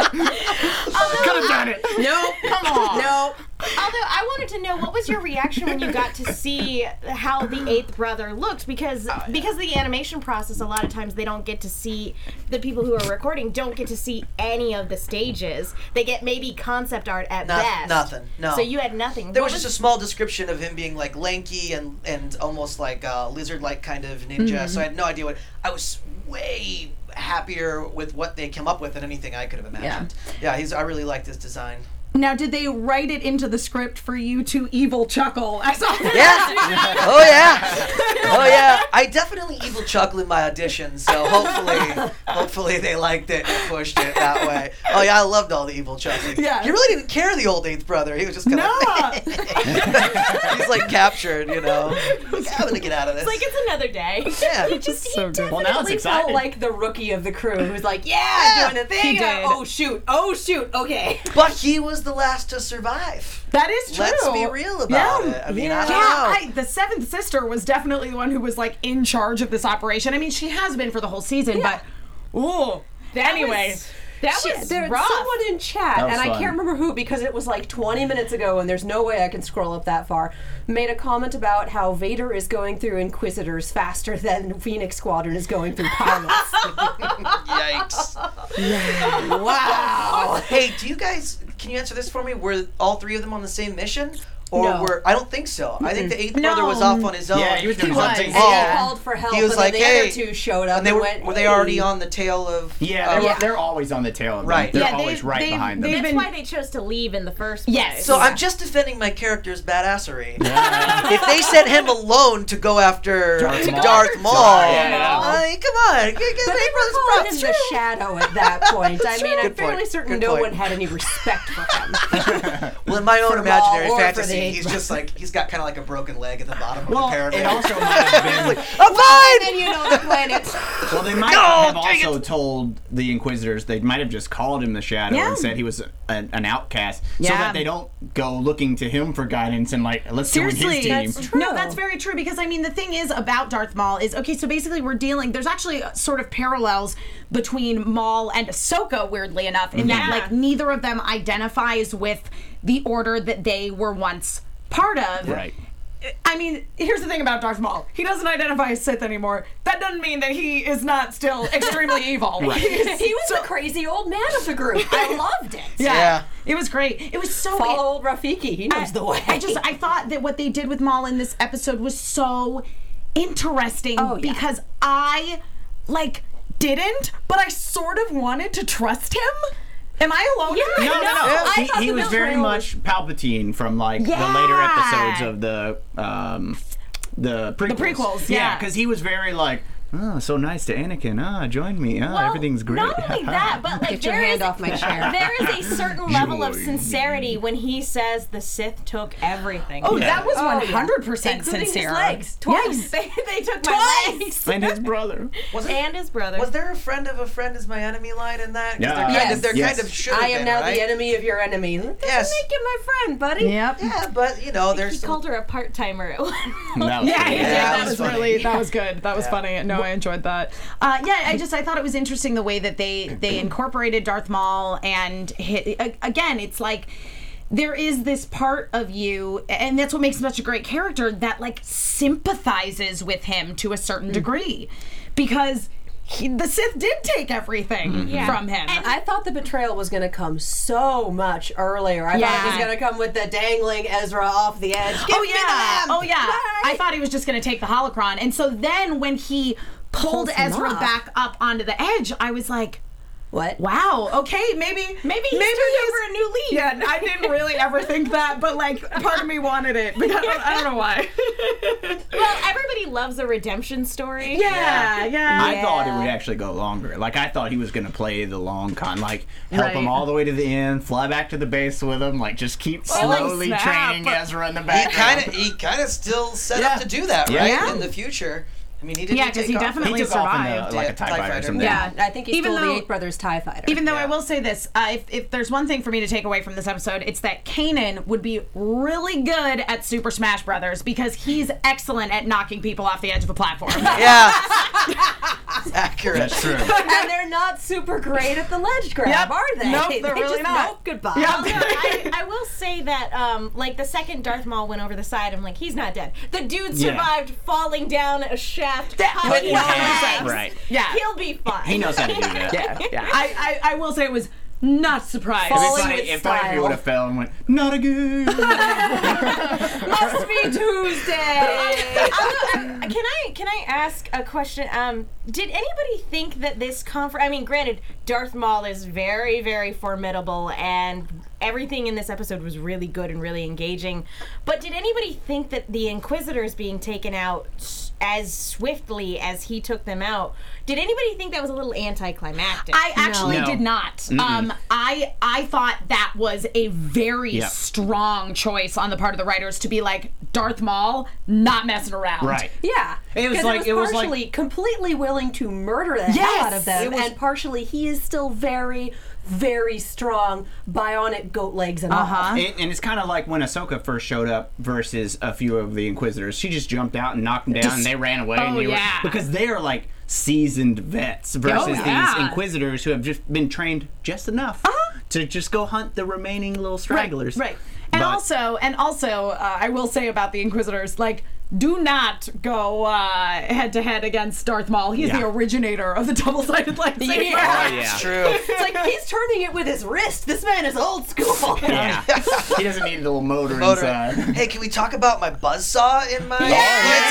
Speaker 5: Could have done it.
Speaker 3: no, come on. No.
Speaker 4: Although I wanted to know what was your reaction when you got to see how the eighth brother looked because
Speaker 6: Oh,
Speaker 4: because of the animation process a lot of times they don't get to see the people who are recording don't get to see any of the stages. They get maybe concept art at
Speaker 6: Noth-
Speaker 4: best.
Speaker 6: nothing, no.
Speaker 4: So you had nothing.
Speaker 6: There
Speaker 4: What
Speaker 6: was just a small description of him being like lanky and and almost like a lizard-like kind of ninja. So I had no idea what. I was way happier with what they came up with than anything I could have imagined. Yeah, he's. I really liked his design.
Speaker 1: now did they write it into the script for you to evil chuckle I saw
Speaker 6: Yeah. Oh yeah. Oh yeah. I definitely evil chuckle in my audition, so hopefully, hopefully they liked it and pushed it that way. Oh yeah, I loved all the evil chuckling.
Speaker 1: Yeah.
Speaker 6: He really didn't care the old eighth brother. He was just kind of
Speaker 1: no
Speaker 6: like, he's like captured, you know. He's like, I'm gonna get out of this.
Speaker 4: like it's another day.
Speaker 6: yeah.
Speaker 5: So good. Well, now it's
Speaker 3: Definitely felt
Speaker 5: exciting.
Speaker 3: like the rookie of the crew who's like, yeah, I'm doing the thing.
Speaker 1: He did.
Speaker 3: Oh shoot, oh shoot, okay.
Speaker 6: But he was the last to survive.
Speaker 1: that is true
Speaker 6: Let's be real about
Speaker 1: Yeah.
Speaker 6: it. I mean, I don't
Speaker 1: Yeah,
Speaker 6: know.
Speaker 1: I, the seventh sister was definitely the one who was like in charge of this operation. I mean, she has been for the whole season, but ooh. anyway,
Speaker 4: was- That
Speaker 3: She-
Speaker 4: was
Speaker 3: there,
Speaker 4: rough.
Speaker 3: someone in chat,
Speaker 5: That
Speaker 3: and
Speaker 5: was
Speaker 3: I
Speaker 5: fun.
Speaker 3: can't remember who because it was like 20 minutes ago, and there's no way I can scroll up that far. Made a comment about how Vader is going through Inquisitors faster than Phoenix Squadron is going through pilots.
Speaker 6: Yikes.
Speaker 3: wow.
Speaker 6: Hey, do you guys? Can you answer this for me? Were all three of them on the same mission? Or
Speaker 3: No.
Speaker 6: were I don't think so. I think the eighth
Speaker 1: No.
Speaker 6: brother was off on his own.
Speaker 5: Yeah, he was doing
Speaker 1: was.
Speaker 5: something.
Speaker 1: And
Speaker 3: And
Speaker 6: Oh.
Speaker 3: he called for help,
Speaker 6: He was
Speaker 3: and
Speaker 6: like,
Speaker 3: then the
Speaker 6: "Hey,"
Speaker 3: other two showed up.
Speaker 6: And they were
Speaker 3: went,
Speaker 6: were they already
Speaker 3: "Hey."
Speaker 6: on the tail of?
Speaker 5: Yeah, they
Speaker 6: of-
Speaker 5: were, they're always on the tail of them.
Speaker 6: Oh, Right.
Speaker 5: They're
Speaker 1: Yeah, they-
Speaker 5: always right
Speaker 1: they-
Speaker 5: behind them.
Speaker 1: they-
Speaker 4: That's
Speaker 1: Even-
Speaker 4: why they chose to leave in the first place.
Speaker 1: Yes.
Speaker 6: So I'm just defending my character's badassery. if they sent him alone to go after Darth,
Speaker 5: Darth Maul.
Speaker 6: Maul,
Speaker 5: Yeah, yeah.
Speaker 6: I mean, come on, give, give
Speaker 3: But they
Speaker 6: Hey
Speaker 3: were
Speaker 6: Brothers
Speaker 3: calling
Speaker 6: props.
Speaker 3: him the shadow at that point. I mean, I'm
Speaker 6: Good point.
Speaker 3: fairly certain
Speaker 6: Good
Speaker 3: no
Speaker 6: point.
Speaker 3: one had any respect for him.
Speaker 6: Well, in my own
Speaker 3: Maul
Speaker 6: imaginary
Speaker 3: or for the
Speaker 6: fantasy,
Speaker 3: Eighth
Speaker 6: he's just like he's got kind of like a broken leg at the bottom
Speaker 5: well,
Speaker 6: of the pyramid.
Speaker 5: it also might have been.
Speaker 6: I'm fine.
Speaker 3: then you know the planets.
Speaker 5: Well, they might
Speaker 6: No,
Speaker 5: have
Speaker 6: dang
Speaker 5: also told the Inquisitors. They might have just called him the Shadow
Speaker 1: Yeah.
Speaker 5: and said he was a, an, an outcast, so
Speaker 1: Yeah.
Speaker 5: that they don't go looking to him for guidance and like let's join his
Speaker 1: Seriously,
Speaker 5: team.
Speaker 1: that's true. No, that's very true because I mean the thing is about Darth Maul is okay. So basically, we're dealing. There's actually sort of parallels between Maul and Ahsoka, weirdly enough, in that
Speaker 4: Yeah.
Speaker 1: like neither of them identifies with the order that they were once part of.
Speaker 5: Right.
Speaker 1: I mean, here's the thing about Darth Maul. He doesn't identify as Sith anymore. That doesn't mean that he is not still extremely evil.
Speaker 3: He was the crazy old man of the group. I loved it.
Speaker 1: Yeah.
Speaker 6: Yeah.
Speaker 1: It was great. It was so
Speaker 3: Follow old Rafiki. He knows the way.
Speaker 1: I just I thought that what they did with Maul in this episode was so interesting
Speaker 3: Oh, yeah.
Speaker 1: because I like didn't, but I sort of wanted to trust him. Am I alone? Yeah,
Speaker 5: No, no, no.
Speaker 3: I
Speaker 5: He-
Speaker 3: thought
Speaker 5: he
Speaker 3: the
Speaker 5: was
Speaker 3: Bills
Speaker 5: very
Speaker 3: were
Speaker 5: much Palpatine from like the later
Speaker 1: Yeah.
Speaker 5: episodes of the um, the prequels.
Speaker 1: prequels, yeah.
Speaker 5: because he was very like, oh, so nice to Anakin. Ah, join me. Ah,
Speaker 4: Well,
Speaker 5: everything's great.
Speaker 4: Not only that, but like
Speaker 3: Get your
Speaker 4: there
Speaker 3: hand
Speaker 4: is
Speaker 3: off my chair.
Speaker 4: there is a certain level of
Speaker 5: Joy.
Speaker 4: sincerity when he says the Sith took everything.
Speaker 1: Oh, that was
Speaker 3: Oh, yeah.
Speaker 1: one hundred percent
Speaker 3: Including
Speaker 1: sincere.
Speaker 3: his legs.
Speaker 1: Yes.
Speaker 3: Twice. They, they took my legs.
Speaker 5: and his brother.
Speaker 6: Was, it-
Speaker 4: and his brother.
Speaker 6: was there a friend of a friend is my enemy line in that? 'Cause
Speaker 5: Yeah.
Speaker 6: They're kind
Speaker 3: Yes.
Speaker 6: of, they're
Speaker 5: Yes.
Speaker 6: kind of should have
Speaker 3: I am
Speaker 6: been,
Speaker 3: now
Speaker 6: right?
Speaker 3: the enemy of your enemy. Doesn't
Speaker 6: Yes.
Speaker 3: Make you my friend, buddy.
Speaker 1: Yep.
Speaker 6: Yeah, but you know, there's
Speaker 4: he
Speaker 6: some-
Speaker 4: called her a part timer at one.
Speaker 5: No.
Speaker 1: Yeah, he did. that,
Speaker 6: that
Speaker 1: was,
Speaker 6: was funny.
Speaker 1: really that was good. That was funny. No, I enjoyed that. Uh, yeah, I just I thought it was interesting the way that they they incorporated Darth Maul and hi a- again, it's like there is this part of you, and that's what makes him such a great character that like sympathizes with him to a certain degree, because he, the Sith did take everything from him. Uh,
Speaker 3: I thought the betrayal was going to come so much earlier. I thought it was
Speaker 1: Yeah.
Speaker 3: going to come with the dangling Ezra off the edge. Give
Speaker 1: oh
Speaker 3: me
Speaker 1: yeah,
Speaker 3: the lamb.
Speaker 1: oh yeah.
Speaker 3: Bye.
Speaker 1: I thought he was just going to take the holocron, and so then when he pulled
Speaker 3: Pulls him
Speaker 1: Ezra
Speaker 3: up.
Speaker 1: back up onto the edge, I was like.
Speaker 3: what?
Speaker 1: Wow. Okay. Maybe. Maybe
Speaker 4: he's turned over a new leaf.
Speaker 1: Yeah. I didn't really ever think that, but like, part of me wanted it. But I don't, I don't know why.
Speaker 4: well, everybody loves a redemption story.
Speaker 1: Yeah. Yeah.
Speaker 5: I thought it would actually go longer. Like I thought he was gonna play the long con, like help him
Speaker 1: Right.
Speaker 5: all the way to the end, fly back to the base with him, like just keep
Speaker 1: like,
Speaker 5: slowly
Speaker 1: snap.
Speaker 5: training Ezra in the
Speaker 6: he
Speaker 5: back.
Speaker 6: kind of he kind of still set
Speaker 5: Yeah.
Speaker 6: up to do that,
Speaker 5: Yeah.
Speaker 6: right?
Speaker 5: Yeah.
Speaker 6: In the future, I mean, he didn't.
Speaker 1: Yeah, 'cause
Speaker 6: take
Speaker 1: he
Speaker 6: off.
Speaker 1: definitely-
Speaker 5: he took off
Speaker 1: survived.
Speaker 5: in a, like
Speaker 6: Yeah,
Speaker 5: a Tie
Speaker 6: TIE
Speaker 5: Fighter or
Speaker 6: fighter.
Speaker 5: something.
Speaker 3: Yeah, I think he
Speaker 1: Even
Speaker 3: stole
Speaker 1: though-
Speaker 3: the Eight Brothers TIE fighter.
Speaker 1: Even though I
Speaker 6: Yeah.
Speaker 1: will say this, uh, if, if there's one thing for me to take away from this episode, it's that Kanan would be really good at Super Smash Brothers because he's excellent at knocking people off the edge of a platform.
Speaker 6: Yeah, accurate.
Speaker 5: That's true.
Speaker 3: and they're not super great at the ledge grab,
Speaker 1: Yep.
Speaker 3: are they?
Speaker 1: Nope, they're
Speaker 3: They
Speaker 1: really
Speaker 3: just,
Speaker 1: not.
Speaker 3: Nope, goodbye.
Speaker 4: Although I, I will say that, um, like the second Darth Maul went over the side, I'm like, he's not dead. The dude
Speaker 5: Yeah.
Speaker 4: survived falling down a shaft.
Speaker 1: That-
Speaker 4: cut
Speaker 1: but
Speaker 4: in
Speaker 1: no,
Speaker 4: half.
Speaker 5: right.
Speaker 1: yeah.
Speaker 4: He'll be fine.
Speaker 5: He knows how to do that. yeah.
Speaker 1: I, I I will say it was not surprised.
Speaker 5: It'd be
Speaker 3: Falling
Speaker 5: funny,
Speaker 3: with
Speaker 5: it'd be funny if he
Speaker 3: style.
Speaker 5: would have fell and went, not again.
Speaker 3: Must be Tuesday.
Speaker 4: Although, um, can I can I ask a question? Um, did anybody think that this conference? I mean, granted, Darth Maul is very very formidable, and everything in this episode was really good and really engaging. But did anybody think that the Inquisitors being taken out s- as swiftly as he took them out? Did anybody think that was a little anticlimactic?
Speaker 1: I actually
Speaker 5: No.
Speaker 1: did not. Um, I I thought that was a very
Speaker 5: Yeah.
Speaker 1: strong choice on the part of the writers to be like, Darth Maul not messing around.
Speaker 5: Right.
Speaker 3: Yeah,
Speaker 5: It was
Speaker 3: 'Cause
Speaker 5: like- it was like-
Speaker 3: partially completely willing to murder the hell out of them, and partially he is still very, very strong, bionic goat legs and all.
Speaker 5: It, and it's kind of like when Ahsoka first showed up versus a few of the Inquisitors. She just jumped out and knocked them down, and they ran away. and
Speaker 1: Oh,
Speaker 5: they were-
Speaker 1: yeah.
Speaker 5: because they are like seasoned vets versus
Speaker 1: yeah.
Speaker 5: these Inquisitors who have just been trained just enough to just go hunt the remaining little stragglers.
Speaker 1: Right. And
Speaker 5: But-
Speaker 1: also, and also, uh, I will say about the Inquisitors, like. Do not go uh, head to head against Darth Maul. He's
Speaker 5: Yeah.
Speaker 1: the originator of the double-sided lightsaber.
Speaker 3: Yeah.
Speaker 5: Oh, yeah.
Speaker 6: It's true.
Speaker 3: It's like he's turning it with his wrist. This man is old school.
Speaker 5: Yeah. he doesn't need a little motor,
Speaker 6: Motor.
Speaker 5: inside.
Speaker 6: Hey, can we talk about my buzzsaw in my?
Speaker 7: Yes!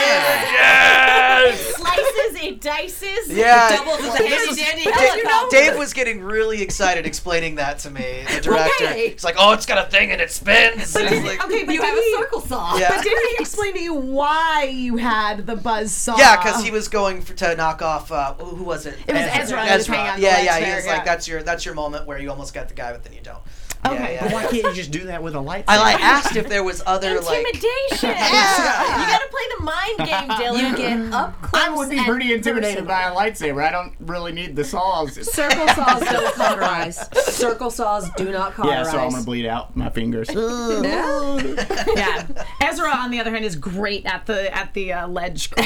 Speaker 6: Yes!
Speaker 7: Slices, it dices.
Speaker 6: Yeah.
Speaker 7: Doubles the
Speaker 6: This
Speaker 7: handy
Speaker 6: is-
Speaker 7: dandy
Speaker 6: Da-
Speaker 7: helicopter.
Speaker 6: Dave was getting really excited explaining that to me, the director.
Speaker 3: Okay.
Speaker 6: He's like, "Oh, it's got a thing and it spins." And it's like,
Speaker 1: okay, but
Speaker 3: you have
Speaker 1: did
Speaker 3: a
Speaker 1: he-
Speaker 3: circle saw.
Speaker 6: Yeah.
Speaker 1: But did he explain to you why you had the buzz saw?
Speaker 6: Yeah, because he was going for, to knock off. Uh, who who was it?
Speaker 1: It was Ezra that was hanging on the
Speaker 6: yeah,
Speaker 1: ledge
Speaker 6: yeah. He
Speaker 1: there,
Speaker 6: was
Speaker 1: yeah.
Speaker 6: like, "That's your that's your moment where you almost got the guy, but then you don't."
Speaker 1: Okay.
Speaker 6: Yeah,
Speaker 5: But
Speaker 6: yeah.
Speaker 5: why can't you just do that with a lightsaber?
Speaker 6: I like asked if there was other like.
Speaker 4: Intimidation. You gotta play the mind game, Dylan.
Speaker 3: Get up close.
Speaker 5: I would be
Speaker 3: and
Speaker 5: pretty intimidated
Speaker 3: personal.
Speaker 5: by a lightsaber. I don't really need the saws.
Speaker 3: Circle saws don't cauterize. Circle saws do not
Speaker 5: Yeah,
Speaker 3: cauterize.
Speaker 5: so I'm gonna bleed out my fingers.
Speaker 3: Yeah.
Speaker 1: yeah. Ezra, on the other hand, is great at the at the uh, ledge.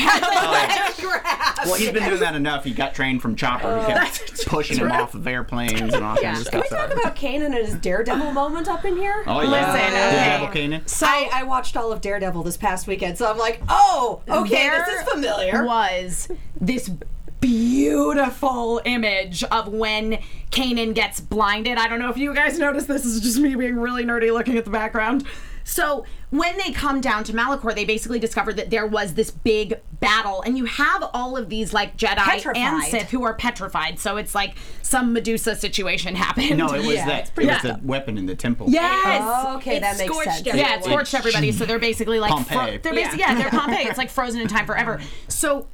Speaker 5: Well, he's been doing that enough. He got trained from Chopper. He kept pushing him off of airplanes and all kinds of
Speaker 3: Can
Speaker 5: stuff.
Speaker 3: we talk about Kanan and his Daredevil moment up in here?
Speaker 5: oh, yeah.
Speaker 1: Listen,
Speaker 5: Daredevil
Speaker 1: okay.
Speaker 5: Kanan.
Speaker 1: So
Speaker 3: I, I watched all of Daredevil this past weekend, so I'm like, oh, okay,
Speaker 1: There
Speaker 3: this is familiar.
Speaker 1: was this beautiful image of when Kanan gets blinded. I don't know if you guys noticed this. This is just me being really nerdy looking at the background. So when they come down to Malachor, they basically discover that there was this big battle, and you have all of these like Jedi and
Speaker 3: Petrified.
Speaker 1: Sith who are petrified. So it's like some Medusa situation happened.
Speaker 5: No, it was
Speaker 3: Yeah,
Speaker 5: that.
Speaker 3: it's
Speaker 5: It
Speaker 3: pretty
Speaker 5: was the weapon in the temple.
Speaker 1: Yes.
Speaker 3: Oh, okay,
Speaker 4: It
Speaker 3: that makes
Speaker 4: scorched
Speaker 3: sense.
Speaker 4: everyone.
Speaker 1: Yeah, it's scorched everybody, so they're basically like
Speaker 5: Pompeii.
Speaker 1: they're basically yeah. they're Pompeii. It's like frozen in time forever. So.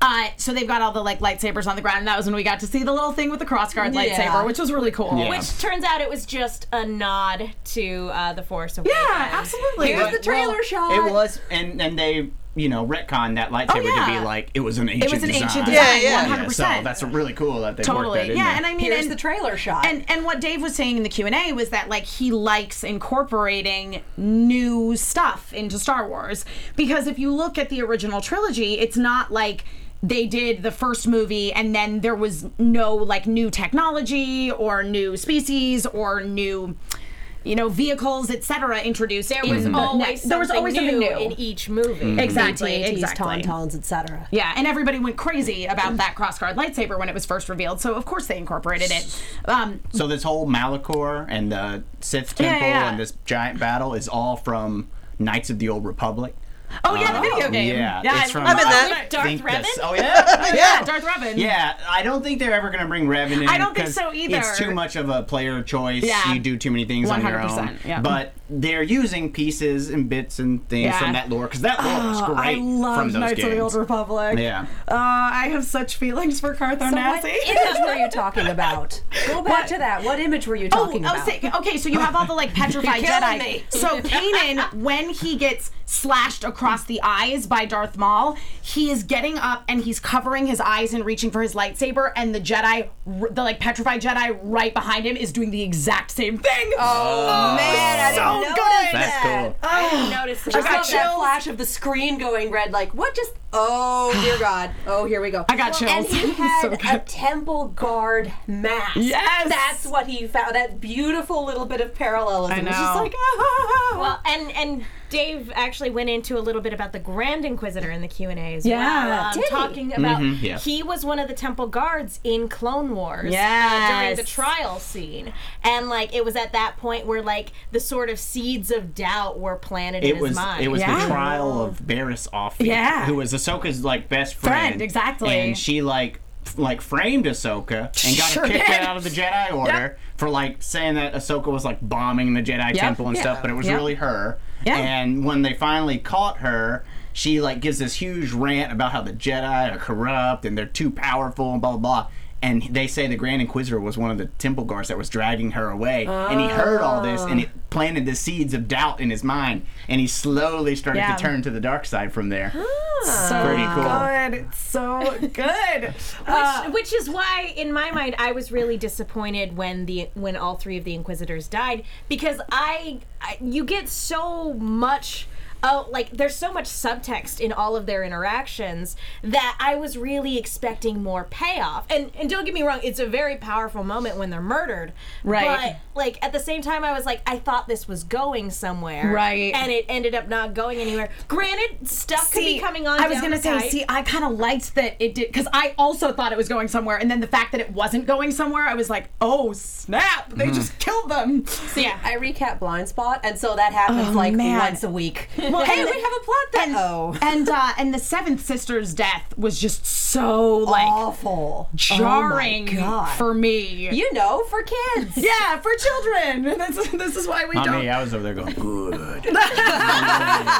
Speaker 1: Uh, so they've got all the like lightsabers on the ground, and that was when we got to see the little thing with the crossguard
Speaker 3: Yeah.
Speaker 1: lightsaber, which was really cool.
Speaker 5: Yeah.
Speaker 4: Which turns out it was just a nod to uh, the Force Awakens.
Speaker 1: Yeah, absolutely.
Speaker 3: Here's the trailer
Speaker 1: Well,
Speaker 3: shot.
Speaker 5: It was, and and they, you know, retcon that lightsaber to
Speaker 1: Oh, yeah.
Speaker 5: be like it was an ancient.
Speaker 1: It was an
Speaker 5: design.
Speaker 1: ancient
Speaker 6: Yeah,
Speaker 1: design,
Speaker 6: yeah.
Speaker 1: one
Speaker 5: Yeah,
Speaker 1: hundred
Speaker 5: so
Speaker 1: percent.
Speaker 5: that's really cool that they worked that
Speaker 1: Totally.
Speaker 5: in
Speaker 1: Yeah,
Speaker 5: there.
Speaker 1: and I mean,
Speaker 3: Here's
Speaker 1: and-
Speaker 3: the trailer shot.
Speaker 1: And and what Dave was saying in the Q and A was that like he likes incorporating new stuff into Star Wars because if you look at the original trilogy, it's not like they did the first movie and then there was no like new technology or new species or new you know vehicles etc introduced
Speaker 4: There was
Speaker 1: in the
Speaker 4: always
Speaker 1: next- there was always something new Mm.
Speaker 4: in each movie.
Speaker 1: exactly
Speaker 3: ATs,
Speaker 1: exactly
Speaker 3: Tauntauns, etc.
Speaker 1: yeah, and everybody went crazy about that crossguard lightsaber when it was first revealed. So of course they incorporated it. Um,
Speaker 5: So this whole Malachor and the Sith
Speaker 1: Yeah,
Speaker 5: temple
Speaker 1: yeah.
Speaker 5: and this giant battle is all from Knights of the Old Republic.
Speaker 1: oh yeah, the video game.
Speaker 5: Yeah,
Speaker 1: yeah
Speaker 5: it's
Speaker 1: I
Speaker 5: from-
Speaker 1: love
Speaker 5: I'm in
Speaker 1: it.
Speaker 6: that.
Speaker 4: With Darth
Speaker 5: Think
Speaker 4: Revan.
Speaker 5: this- Oh yeah.
Speaker 1: Yeah, Darth Revan.
Speaker 5: Yeah, I don't think they're ever going to bring Revan in.
Speaker 1: I don't think
Speaker 5: 'cause
Speaker 1: so either.
Speaker 5: It's too much of a player choice.
Speaker 1: Yeah.
Speaker 5: You do too many things on your own.
Speaker 1: 100%, yeah.
Speaker 5: But they're using pieces and bits and things
Speaker 1: Yeah.
Speaker 5: from that lore because that lore was
Speaker 1: Oh, I
Speaker 5: great from
Speaker 1: love
Speaker 5: those
Speaker 1: Knights
Speaker 5: games.
Speaker 1: of the Old Republic.
Speaker 5: Yeah.
Speaker 1: Uh, I have such feelings for Cartho
Speaker 3: What
Speaker 1: Nassi.
Speaker 3: image were you talking about? Go back to that. What image were you talking
Speaker 1: oh,
Speaker 3: about?
Speaker 1: say- okay, so you have all the like petrified
Speaker 3: You're
Speaker 1: Jedi.
Speaker 3: killing me.
Speaker 1: So Kanan, when he gets slashed across the eyes by Darth Maul, he is getting up and he's covering his eyes and reaching for his lightsaber, and the Jedi, r- the like petrified Jedi right behind him, is doing the exact same thing. Oh,
Speaker 3: man, I
Speaker 1: so
Speaker 3: didn't notice
Speaker 1: good. Oh,
Speaker 5: That's cool.
Speaker 4: I didn't notice
Speaker 1: I
Speaker 4: that.
Speaker 1: got
Speaker 3: Just that
Speaker 1: chills.
Speaker 3: flash of the screen going red, like what just? Oh dear God! Oh here we go. I
Speaker 1: got
Speaker 3: And
Speaker 1: chills. It
Speaker 3: he
Speaker 1: was
Speaker 3: had
Speaker 1: so
Speaker 3: a
Speaker 1: good.
Speaker 3: temple guard mask.
Speaker 1: Yes!
Speaker 3: that's what he found. That beautiful little bit of parallelism.
Speaker 1: I
Speaker 3: It was just
Speaker 1: know.
Speaker 3: like, ah.
Speaker 4: Well, and and Dave actually went into a little bit about the Grand Inquisitor in the Q and A's.
Speaker 1: Yeah.
Speaker 4: well, um,
Speaker 3: Did he?
Speaker 4: talking about
Speaker 5: Mm-hmm, yeah.
Speaker 4: he was one of the temple guards in Clone Wars. uh, during
Speaker 1: Yes.
Speaker 4: the trial scene, and like it was at that point where like the sort of seeds of doubt were planted in
Speaker 5: It
Speaker 4: his
Speaker 5: was
Speaker 4: mind.
Speaker 5: it was
Speaker 1: Yeah.
Speaker 5: the trial of Barris Offit,
Speaker 1: Yeah.
Speaker 5: who was Ahsoka's like best friend,
Speaker 1: Friend, exactly.
Speaker 5: And she like f- like framed Ahsoka and got
Speaker 1: Sure
Speaker 5: her kicked
Speaker 1: did.
Speaker 5: out of the Jedi Order for like saying that Ahsoka was like bombing the Jedi Temple and stuff, but it was
Speaker 1: Yep.
Speaker 5: really her.
Speaker 1: Yeah.
Speaker 5: And when they finally caught her, she like gives this huge rant about how the Jedi are corrupt and they're too powerful and blah blah blah. and they say the Grand Inquisitor was one of the Temple guards that was dragging her away, and he heard all this, and
Speaker 1: Oh.
Speaker 5: it planted the seeds of doubt in his mind, and he slowly started
Speaker 1: Yeah.
Speaker 5: to turn to the dark side from there.
Speaker 1: So
Speaker 5: Pretty cool.
Speaker 1: good. Oh, It's so good. Uh,
Speaker 4: Which, which is why, in my mind, I was really disappointed when the when all three of the Inquisitors died because I, I you get so much. Oh, like there's so much subtext in all of their interactions that I was really expecting more payoff. And and don't get me wrong, it's a very powerful moment when they're murdered.
Speaker 1: Right.
Speaker 4: But like at the same time, I was like, I thought this was going somewhere.
Speaker 1: Right.
Speaker 4: And it ended up not going anywhere. Granted, stuff could be coming on.
Speaker 1: I was
Speaker 4: down
Speaker 1: gonna
Speaker 4: the
Speaker 1: say,
Speaker 4: pipe.
Speaker 1: see, I kind of liked that it did because I also thought it was going somewhere, and then the fact that it wasn't going somewhere, I was like, oh snap! They just killed them.
Speaker 3: So yeah, I recap Blind Spot, and so that happens like
Speaker 1: Oh, man.
Speaker 3: once a week.
Speaker 1: Well,
Speaker 3: and
Speaker 1: and-
Speaker 3: we have a plot that
Speaker 1: and
Speaker 3: oh,
Speaker 1: and uh, and the seventh sister's death was just so like
Speaker 3: awful,
Speaker 1: jarring
Speaker 3: Oh my God.
Speaker 1: for me.
Speaker 3: you know, for kids.
Speaker 1: yeah, for children. And This, this is why we
Speaker 5: Not
Speaker 1: don't.
Speaker 5: me, I was over there going, good.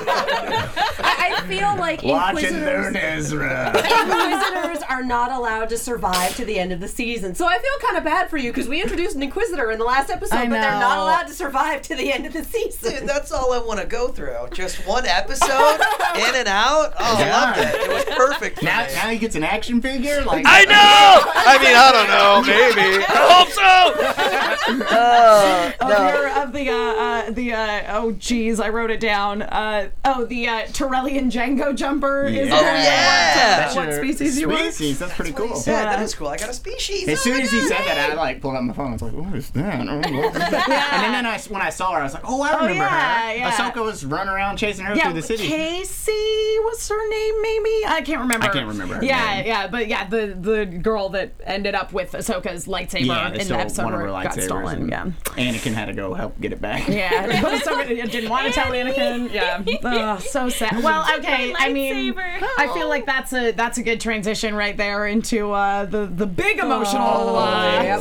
Speaker 3: I, I feel like
Speaker 5: Watch and
Speaker 3: Inquisitors.
Speaker 5: learn, Ezra.
Speaker 3: Inquisitors are not allowed to survive to the end of the season. So I feel kind of bad for you because we introduced an Inquisitor in the last episode,
Speaker 1: I
Speaker 3: but they're not
Speaker 1: know.
Speaker 3: allowed to survive to the end of the season.
Speaker 6: Dude, that's all I want to go through. Just one episode, in and out. Oh, I loved it. It was perfect. For
Speaker 5: now,
Speaker 6: me.
Speaker 5: now he gets an action figure. Like
Speaker 8: I know. I mean, I don't know. Maybe. I hope so.
Speaker 1: Oh, here of the uh, uh, the uh, oh geez, I wrote it down. Uh, oh, the uh, Torellian Django jumper is.
Speaker 6: Oh, yeah.
Speaker 5: That's
Speaker 1: What
Speaker 5: your
Speaker 1: species you were?
Speaker 5: Species. That's pretty
Speaker 6: He
Speaker 5: cool.
Speaker 6: said, that is cool. I got a species.
Speaker 5: As
Speaker 6: Oh
Speaker 5: soon
Speaker 6: my
Speaker 5: as he
Speaker 6: God.
Speaker 5: said that, I like pulled out my phone. I was like, "What is that?" and then I, when I saw her, I was like, "Oh, I remember
Speaker 1: yeah,
Speaker 5: her."
Speaker 1: yeah.
Speaker 5: Ahsoka was running around chasing her
Speaker 1: Yeah,
Speaker 5: through the city.
Speaker 1: Casey was her name, maybe I can't remember.
Speaker 5: I can't remember her
Speaker 1: yeah,
Speaker 5: name.
Speaker 1: yeah, but yeah, the the girl that ended up with Ahsoka's lightsaber
Speaker 5: yeah, they
Speaker 1: in
Speaker 5: stole
Speaker 1: the episode
Speaker 5: one of
Speaker 1: where
Speaker 5: her
Speaker 1: it
Speaker 5: lightsabers.
Speaker 1: got stolen.
Speaker 5: and
Speaker 1: Yeah,
Speaker 5: Anakin had to go help get it back.
Speaker 1: yeah, but Ahsoka didn't want to tell Anakin. Yeah, Ugh, so sad. Well, okay, I mean,
Speaker 4: lightsaber.
Speaker 1: I feel like that's a that's a good transition right there into uh, the the big emotional.
Speaker 4: Oh,
Speaker 1: uh,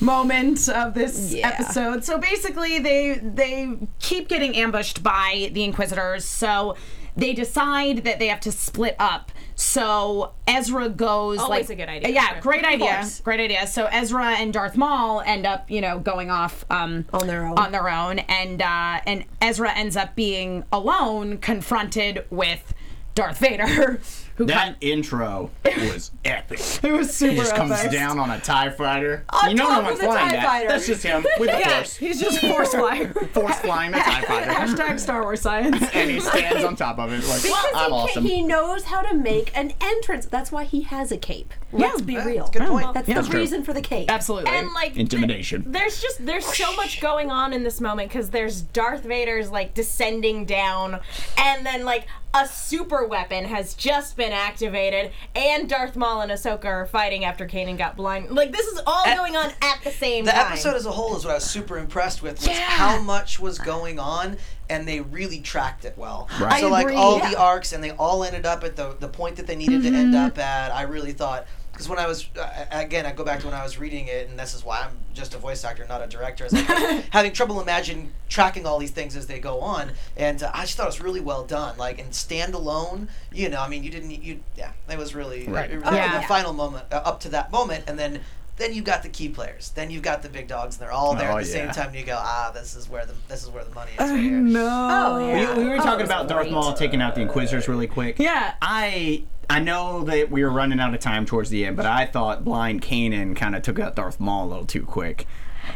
Speaker 1: moment of this episode. So basically, they they keep getting ambushed by the Inquisitors. So they decide that they have to split up. So Ezra goes
Speaker 4: Always
Speaker 1: like
Speaker 4: a good idea.
Speaker 1: Yeah, great idea,
Speaker 3: course.
Speaker 1: great idea. So Ezra and Darth Maul end up, you know, going off um,
Speaker 3: On their own.
Speaker 1: on their own, and uh, and Ezra ends up being alone, confronted with Darth Vader, who
Speaker 5: That
Speaker 1: kind-
Speaker 5: intro was epic.
Speaker 1: it was super.
Speaker 5: He just comes
Speaker 1: epic.
Speaker 5: down on a Tie Fighter. you know
Speaker 3: top
Speaker 5: no one's
Speaker 3: of a
Speaker 5: flying
Speaker 3: TIE
Speaker 5: that.
Speaker 3: fighter.
Speaker 5: That's just him with the
Speaker 1: Yeah,
Speaker 5: force.
Speaker 1: he's just force flyer.
Speaker 5: Force flying a Tie Fighter,
Speaker 1: Hashtag Star Wars science.
Speaker 5: and he stands on top of it like
Speaker 3: Because
Speaker 5: I'm
Speaker 3: he, ca-
Speaker 5: awesome.
Speaker 3: he knows how to make an entrance. That's why he has a cape. Let's be real.
Speaker 6: Good point.
Speaker 3: That's the reason for the cape.
Speaker 1: Absolutely.
Speaker 4: and like th-
Speaker 5: Intimidation.
Speaker 4: there's just there's so much going on in this moment because there's Darth Vader's like descending down, and then like a super weapon has just been activated, and Darth Maul and Ahsoka are fighting after Kanan got blind. Like this is all going on at the same
Speaker 6: The
Speaker 4: time.
Speaker 6: episode as a whole is what I was super impressed with was how much was going on and they really tracked it well. So like all the arcs and they all ended up at the, the point that they needed to
Speaker 4: Mm-hmm.
Speaker 6: end up at. I really thought because when I was uh, again, I go back to when I was reading it, and this is why I'm just a voice actor, not a director. Is like having trouble imagining tracking all these things as they go on, and uh, I just thought it was really well done. Like in standalone, you know, I mean, you didn't, you yeah, it was really
Speaker 5: Right.
Speaker 6: it really-
Speaker 1: Yeah.
Speaker 6: the final moment uh, up to that moment, and then then you've got the key players. Then you've got the big dogs, and they're all there
Speaker 5: Oh,
Speaker 6: at the same
Speaker 5: yeah.
Speaker 6: time. And you go, ah, this is where the this is where the money is. Right here.
Speaker 1: no.
Speaker 5: We, we were talking about Darth Maul taking out the Inquisitors really quick.
Speaker 1: Yeah.
Speaker 5: I I know that we were running out of time towards the end, but I thought Blind Kanan kind of took out Darth Maul a little too quick.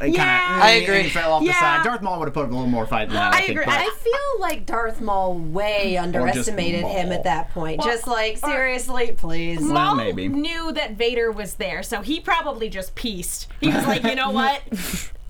Speaker 1: Yeah.
Speaker 6: I agree.
Speaker 5: He fell off the
Speaker 1: Yeah.
Speaker 5: side. Darth Maul would have put up a little more fight than that. I,
Speaker 1: I
Speaker 5: think.
Speaker 1: agree.
Speaker 5: But
Speaker 1: I-
Speaker 3: I feel like Darth Maul way underestimated him at that point. just like seriously, please.
Speaker 4: Maul
Speaker 5: maybe.
Speaker 4: knew that Vader was there, so he probably just pieced. He was like, you know what?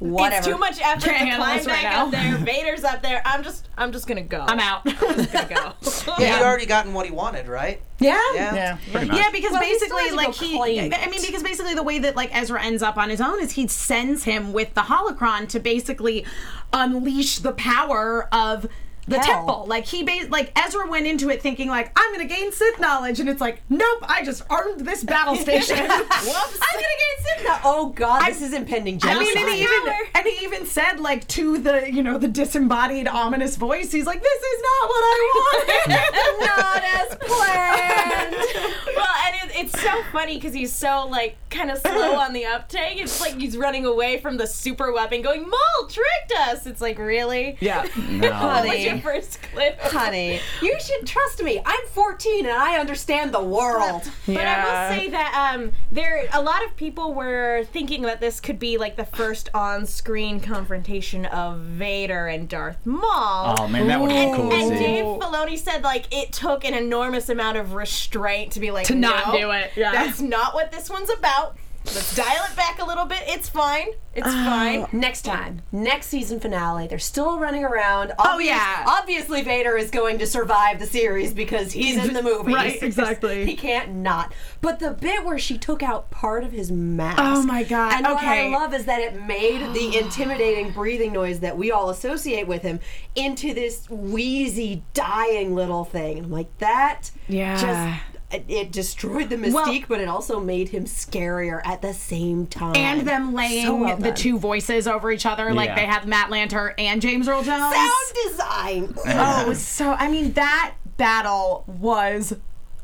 Speaker 3: Whatever.
Speaker 4: It's too much
Speaker 1: Can't
Speaker 4: effort to
Speaker 1: handle
Speaker 4: climb
Speaker 1: this right
Speaker 4: back
Speaker 1: now.
Speaker 4: up there. Vader's up there. I'm just, I'm just gonna go.
Speaker 1: I'm out.
Speaker 4: gonna go.
Speaker 6: Yeah, he'd already gotten what he wanted, right?
Speaker 1: yeah.
Speaker 6: Yeah.
Speaker 5: yeah, pretty much.
Speaker 1: Yeah, because
Speaker 3: Well, he still
Speaker 1: basically,
Speaker 3: has to
Speaker 1: like
Speaker 3: go
Speaker 1: he,
Speaker 3: claim
Speaker 1: I mean, because basically the way that like Ezra ends up on his own is he sends him with the holocron to basically unleash the power of the
Speaker 3: hell?
Speaker 1: temple. Like he ba- like Ezra went into it thinking like I'm gonna gain Sith knowledge, and it's like nope, I just armed this battle station. Whoops.
Speaker 3: I'm gonna get Sith now. Oh God, this is impending
Speaker 1: I
Speaker 3: genocide.
Speaker 1: mean, and he even and he even said like to the you know the disembodied ominous voice, he's like, "This is not what I wanted."
Speaker 3: not as planned.
Speaker 4: well, and it, it's so funny because he's so like kind of slow on the uptake. It's like he's running away from the super weapon, going, "Maul tricked us." It's like really,
Speaker 1: yeah,
Speaker 4: That was
Speaker 3: Honey.
Speaker 4: your first clip,
Speaker 3: Honey, you should trust me. I'm 14 and I understand the world.
Speaker 4: But
Speaker 1: Yeah.
Speaker 4: I will say that um, there, a lot of people were thinking that this could be like the first on-screen confrontation of Vader and Darth Maul.
Speaker 5: Oh man, that would be
Speaker 4: And,
Speaker 5: cool
Speaker 4: and
Speaker 5: to see.
Speaker 4: Dave Filoni said like it took an enormous amount of restraint to be like
Speaker 1: To not
Speaker 4: "No,
Speaker 1: do it, yeah."
Speaker 4: That's not what this one's about. Let's dial it back a little bit. It's fine. It's fine.
Speaker 3: Next time, next season finale, they're still running around. oh
Speaker 1: yeah.
Speaker 3: obviously Vader is going to survive the series because he's in the movie.
Speaker 1: Right, exactly.
Speaker 3: He can't not. But the bit where she took out part of his mask.
Speaker 1: Oh, my God,
Speaker 3: And what I
Speaker 1: okay.
Speaker 3: love is that it made the intimidating breathing noise that we all associate with him into this wheezy, dying little thing. And I'm like that.
Speaker 1: Yeah.
Speaker 3: Just. It it destroyed the mystique, but it also made him scarier at the same time.
Speaker 1: and them laying
Speaker 3: So well
Speaker 1: the
Speaker 3: done.
Speaker 1: two voices over each other, like
Speaker 5: Yeah.
Speaker 1: they have Matt Lanter and James Earl Jones.
Speaker 3: sound design.
Speaker 1: Oh, so I mean that battle was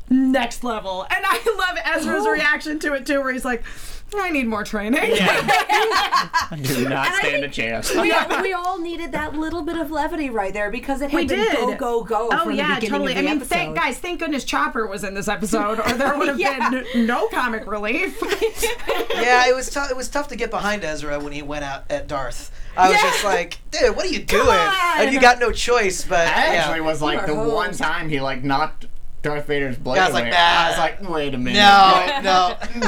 Speaker 1: next level, and I love Ezra's reaction to it too, where he's like, "I need more training."
Speaker 5: Do not stand a chance.
Speaker 3: We, we all needed that little bit of levity right there because it had
Speaker 1: We
Speaker 3: been
Speaker 1: did.
Speaker 3: go go go.
Speaker 1: Oh
Speaker 3: from
Speaker 1: yeah,
Speaker 3: the beginning
Speaker 1: totally.
Speaker 3: Of
Speaker 1: I
Speaker 3: the
Speaker 1: mean,
Speaker 3: episode.
Speaker 1: thank guys, thank goodness Chopper was in this episode, or there would have
Speaker 3: Yeah.
Speaker 1: been no comic relief.
Speaker 6: yeah, it was tough. It was tough to get behind Ezra when he went out at Darth. I was just like, dude, what are you doing? And you got no choice, but
Speaker 5: That
Speaker 6: yeah.
Speaker 5: actually was like the
Speaker 3: are hoes.
Speaker 5: one time he like knocked Darth Vader's blade.
Speaker 6: Yeah, I was like,
Speaker 5: away.
Speaker 6: nah.
Speaker 5: I was like, wait a minute.
Speaker 6: no, no.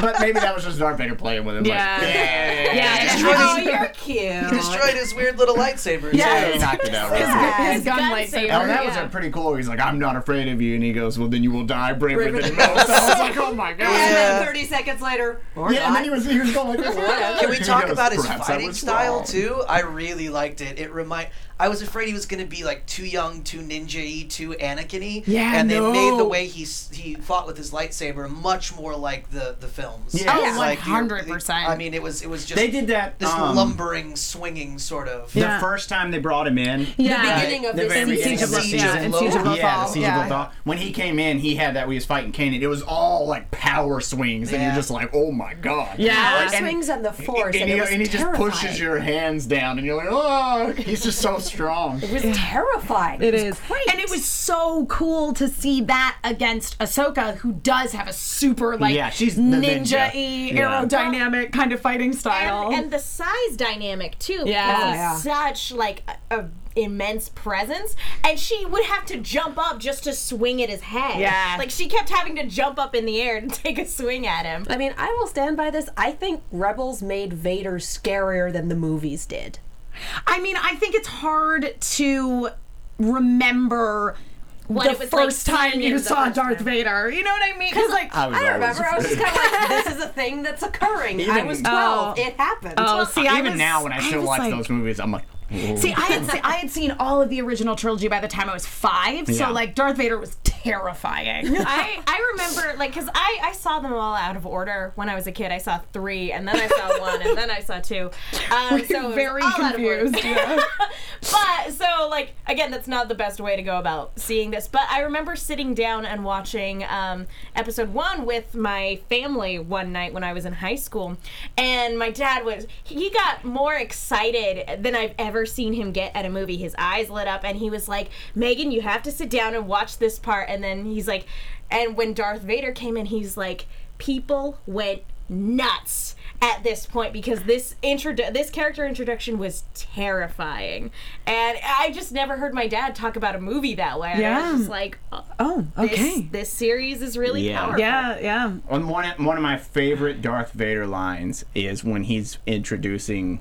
Speaker 5: but maybe that was just Darth Vader playing with him.
Speaker 1: Yeah.
Speaker 5: Like, yeah.
Speaker 1: Yeah,
Speaker 5: yeah.
Speaker 1: just-
Speaker 3: Oh,
Speaker 6: Destroyed his,
Speaker 3: you're cute.
Speaker 6: he destroyed his weird little lightsaber.
Speaker 5: Yeah,
Speaker 6: too.
Speaker 5: he knocked it out. Right?
Speaker 1: His gun
Speaker 4: gun
Speaker 1: lightsaber.
Speaker 4: saber.
Speaker 5: Oh, that was a pretty cool. He's like, I'm not afraid of you, and he goes, Well, then you will die braver than most. I was like, Oh my god.
Speaker 3: And
Speaker 5: Yeah,
Speaker 3: then
Speaker 6: Yeah.
Speaker 3: 30 seconds later, or
Speaker 5: and
Speaker 3: not.
Speaker 5: then he was he was going like, this.
Speaker 6: Can we
Speaker 5: He
Speaker 6: talk
Speaker 5: goes,
Speaker 6: about his
Speaker 5: "Perhaps I
Speaker 6: fighting
Speaker 5: was
Speaker 6: style
Speaker 5: wrong."
Speaker 6: too? I really liked it. It remind. I was afraid he was going to be like too young, too ninja-y, too Anakin-y.
Speaker 1: Yeah,
Speaker 6: and
Speaker 1: no.
Speaker 6: they made the way he s- he fought with his lightsaber much more like the the films.
Speaker 5: Yeah. Oh,
Speaker 6: It's like the-
Speaker 1: 100%.
Speaker 6: I mean, it was it was just
Speaker 5: They did that.
Speaker 6: this
Speaker 5: um,
Speaker 6: lumbering, swinging sort of.
Speaker 5: The
Speaker 1: Yeah.
Speaker 5: first time they brought him in,
Speaker 3: the
Speaker 1: yeah.
Speaker 3: beginning of
Speaker 5: the
Speaker 3: this
Speaker 5: very beginning
Speaker 3: season.
Speaker 5: of the
Speaker 6: Siege of
Speaker 5: season.
Speaker 6: Lothal. Yeah, and Siege of
Speaker 5: Yeah,
Speaker 1: Lothal,
Speaker 5: the Siege
Speaker 1: yeah.
Speaker 5: of Lothal. When he came in, he had that. We was fighting Kanan. It was all like power swings, and
Speaker 6: Yeah.
Speaker 5: you're just like, oh my god.
Speaker 1: Yeah.
Speaker 3: Power swings on the force,
Speaker 5: And,
Speaker 3: and,
Speaker 5: he,
Speaker 3: it was
Speaker 5: and he just
Speaker 3: terrifying.
Speaker 5: pushes your hands down, and you're like, oh, he's just so strong.
Speaker 3: It was terrifying.
Speaker 1: It is. And it was so cool to see that against Ahsoka, who does have a super like
Speaker 5: Yeah, she's the
Speaker 1: ninja y
Speaker 5: ninja.
Speaker 1: aerodynamic kind of fighting style.
Speaker 4: and, and the size dynamic too.
Speaker 1: Yeah.
Speaker 4: because he's such like a, a immense presence, and she would have to jump up just to swing at his head.
Speaker 1: Yeah.
Speaker 4: like she kept having to jump up in the air to take a swing at him.
Speaker 3: I mean, I will stand by this. I think Rebels made Vader scarier than the movies did.
Speaker 1: I mean, I think it's hard to remember
Speaker 4: What
Speaker 1: the
Speaker 4: it was like
Speaker 1: first time
Speaker 4: seeing
Speaker 1: you
Speaker 4: him the
Speaker 1: saw
Speaker 4: first
Speaker 1: Darth Vader. You know what I mean? Because like,
Speaker 5: I was
Speaker 3: I
Speaker 5: always
Speaker 3: remember I was just
Speaker 5: afraid.
Speaker 3: kind of like, this is a thing that's occurring. I
Speaker 5: Even-
Speaker 3: was 12. It happened.
Speaker 1: oh, see, I
Speaker 5: Even
Speaker 1: was-
Speaker 5: now, when I still
Speaker 1: was
Speaker 5: watch
Speaker 1: like-
Speaker 5: those movies, I'm like, oh.
Speaker 1: See, I had se- I had seen all of the original trilogy by the time I was five,
Speaker 5: Yeah.
Speaker 1: so like Darth Vader was terrifying.
Speaker 4: I, I remember like because I, I saw them all out of order when I was a kid. I saw three, and then I saw one, and then I saw two. Um, so it was
Speaker 1: Very
Speaker 4: all out of order.
Speaker 1: confused. yeah.
Speaker 4: But so like again, that's not the best way to go about seeing this. But I remember sitting down and watching um, episode one with my family one night when I was in high school, and my dad was he got more excited than I've ever seen him get at a movie. His eyes lit up, and he was like, "Megan, you have to sit down and watch this part." And then he's like, and when Darth Vader came in, he's like, people went nuts at this point because this introdu- this character introduction was terrifying, and I just never heard my dad talk about a movie that way. Yeah. I
Speaker 1: Yeah.
Speaker 4: was just like, "Uh,
Speaker 1: Oh,
Speaker 4: this, this series is really
Speaker 5: Yeah.
Speaker 4: powerful.
Speaker 1: Yeah, yeah.
Speaker 5: On one one of my favorite Darth Vader lines is when he's introducing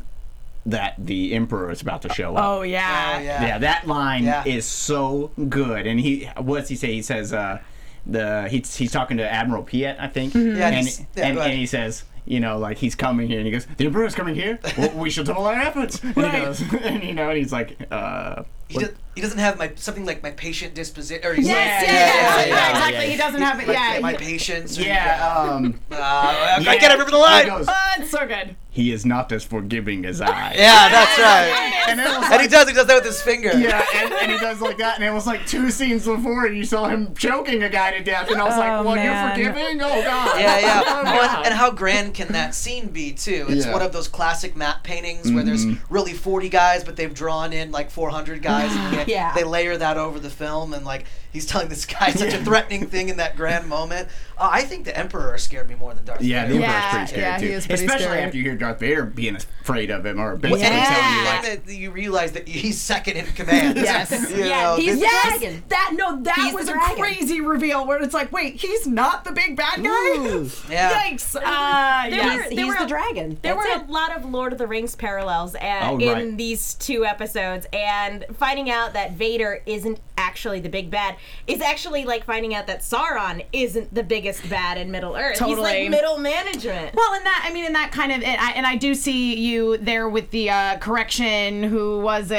Speaker 5: that the Emperor is about to show up.
Speaker 1: Oh yeah.
Speaker 6: Oh, yeah.
Speaker 5: Yeah, that line
Speaker 6: Yeah.
Speaker 5: is so good. And he, what's he say? He says, uh, the he's he's talking to Admiral Piet, I think.
Speaker 6: Mm-hmm. Yeah, and
Speaker 5: and,
Speaker 6: he's- yeah,
Speaker 5: and,
Speaker 6: go ahead.
Speaker 5: and he says, you know, like he's coming here, and he goes, "The Emperor's coming here. Well, we should double our efforts." And he
Speaker 1: Right.
Speaker 5: goes, and you know, and he's like, uh,
Speaker 6: He, does, he doesn't have my something like my patient disposition. Or he's
Speaker 1: Yes,
Speaker 6: like,
Speaker 1: yeah, yeah, yeah,
Speaker 5: yeah, yeah,
Speaker 1: exactly.
Speaker 5: yeah.
Speaker 1: He doesn't have it.
Speaker 6: My,
Speaker 1: Yeah,
Speaker 6: my patience. or-
Speaker 5: Yeah, um,
Speaker 6: Uh, I
Speaker 5: yeah.
Speaker 6: can't remember the
Speaker 5: he
Speaker 6: line.
Speaker 5: goes,
Speaker 1: Oh, it's so good.
Speaker 5: he is not as forgiving as I.
Speaker 6: Yeah, that's right.
Speaker 5: And it was
Speaker 6: And
Speaker 5: like,
Speaker 6: he does. He does that with his finger.
Speaker 5: yeah, and, and he does like that, and it was like two scenes before you saw him choking a guy to death, and I was
Speaker 4: Oh,
Speaker 5: like, "Well,
Speaker 4: man.
Speaker 5: you're forgiving? Oh God!"
Speaker 6: Yeah, yeah.
Speaker 5: Oh,
Speaker 6: Well, and-
Speaker 5: God.
Speaker 6: and how grand can that scene be too? It's
Speaker 5: Yeah. Mm-hmm.
Speaker 6: one of those classic map paintings where there's really 40 guys, but they've drawn in like 400 guys. and they,
Speaker 3: Yeah.
Speaker 6: They layer that over the film, and like he's telling this guy such a threatening thing in that grand moment. Uh, I think the Emperor scared me more than Darth
Speaker 5: Yeah, the
Speaker 6: Vader.
Speaker 5: Emperor's
Speaker 1: Yeah,
Speaker 5: pretty scary
Speaker 1: yeah,
Speaker 5: too.
Speaker 1: he is pretty
Speaker 5: Especially
Speaker 1: scary.
Speaker 5: after you hear Darth Vader being afraid of him, or basically
Speaker 6: And
Speaker 5: telling you,
Speaker 6: yeah.
Speaker 5: like,
Speaker 6: That you realize that he's second in command.
Speaker 1: Yes.
Speaker 6: You
Speaker 4: Yeah,
Speaker 6: know,
Speaker 4: he's-
Speaker 6: this-
Speaker 1: Yes,
Speaker 3: Dragon.
Speaker 1: that no, that
Speaker 3: He's the
Speaker 1: was a
Speaker 3: dragon.
Speaker 1: crazy reveal where it's like, wait, he's not the big bad guy.
Speaker 6: yeah.
Speaker 1: Yikes! Uh, yeah.
Speaker 4: There
Speaker 3: He's,
Speaker 4: were-
Speaker 3: he's the dragon.
Speaker 4: There
Speaker 3: That's
Speaker 4: were
Speaker 3: it.
Speaker 4: a lot of Lord of the Rings parallels at,
Speaker 5: Oh,
Speaker 4: in
Speaker 5: right.
Speaker 4: these two episodes, and finding out that Vader isn't actually the big bad is actually like finding out that Sauron isn't the biggest bad in Middle Earth.
Speaker 1: Totally.
Speaker 4: He's like middle management.
Speaker 1: Well, in that, I mean, in that kind of, and I, and I do see you there with the uh, correction. Who was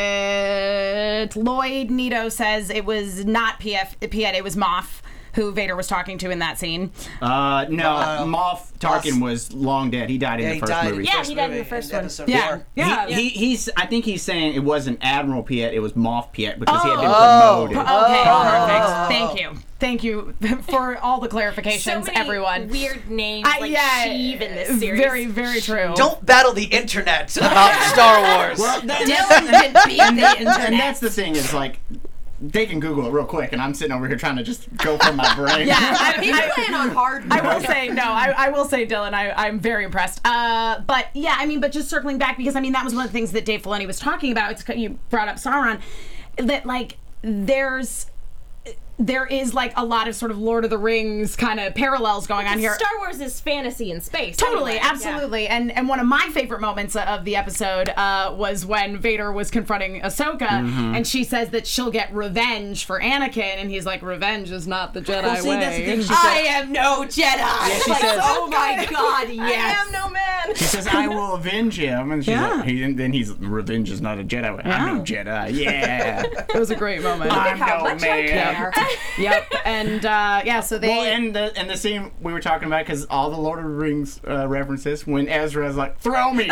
Speaker 1: it? Lloyd Nito says it was not PF, Piet, it was Moff who Vader was talking to in that scene.
Speaker 5: Uh, no,
Speaker 6: Uh,
Speaker 5: Moff Tarkin was long dead. He died in
Speaker 6: Yeah,
Speaker 5: the
Speaker 6: he
Speaker 5: first
Speaker 6: died in
Speaker 5: movie.
Speaker 6: the
Speaker 4: Yeah,
Speaker 6: first
Speaker 4: he died in the
Speaker 6: movie,
Speaker 4: first
Speaker 6: in
Speaker 4: one.
Speaker 6: episode
Speaker 1: Yeah,
Speaker 6: four.
Speaker 1: yeah.
Speaker 5: He, he, he's. I think he's saying it wasn't Admiral Piet. It was Moff Piet because he had been
Speaker 6: Oh.
Speaker 5: promoted.
Speaker 1: okay,
Speaker 6: Oh.
Speaker 1: perfect. Thank you, thank you for all the
Speaker 4: so
Speaker 1: clarifications,
Speaker 4: many
Speaker 1: everyone.
Speaker 4: weird names
Speaker 1: I-
Speaker 4: like
Speaker 1: yeah,
Speaker 4: Sheev in this series.
Speaker 1: very, very true.
Speaker 6: Don't battle the internet about Star Wars.
Speaker 5: and, that- and- and that's the thing is like, they can Google it real quick, and I'm sitting over here trying to just go from my brain.
Speaker 1: Yeah, I-
Speaker 3: He's
Speaker 1: I-
Speaker 3: playing on hard.
Speaker 1: I will say no. I, I will say Dylan. I, I'm very impressed. Uh, but yeah, I mean, but just circling back because I mean that was one of the things that Dave Filoni was talking about. It's you brought up Sauron, that like there's there is like a lot of sort of Lord of the Rings kind of parallels going on here.
Speaker 4: Star Wars is fantasy in space.
Speaker 1: Totally,
Speaker 4: anyway. Yeah.
Speaker 1: absolutely, and and one of my favorite moments of the episode uh, was when Vader was confronting Ahsoka, and she says that she'll get revenge for Anakin, and he's like, "Revenge is not the Jedi
Speaker 5: see,
Speaker 1: way."
Speaker 5: that's the thing, she
Speaker 3: I am no Jedi.
Speaker 5: she
Speaker 3: like,
Speaker 5: says-
Speaker 3: oh my God, yes.
Speaker 4: I am no man.
Speaker 5: He says, "I will avenge him," and she's
Speaker 1: Yeah.
Speaker 5: like, he, and then he's revenge is not a Jedi. way. I'm no Jedi. Yeah,
Speaker 1: it was a great moment.
Speaker 5: I'm
Speaker 3: How
Speaker 5: no
Speaker 3: much I
Speaker 5: man.
Speaker 3: care.
Speaker 1: yep. And uh, yeah, so they.
Speaker 5: Well, and the and the scene we were talking about because all the Lord of the Rings uh, references when Ezra's like, "Throw me!"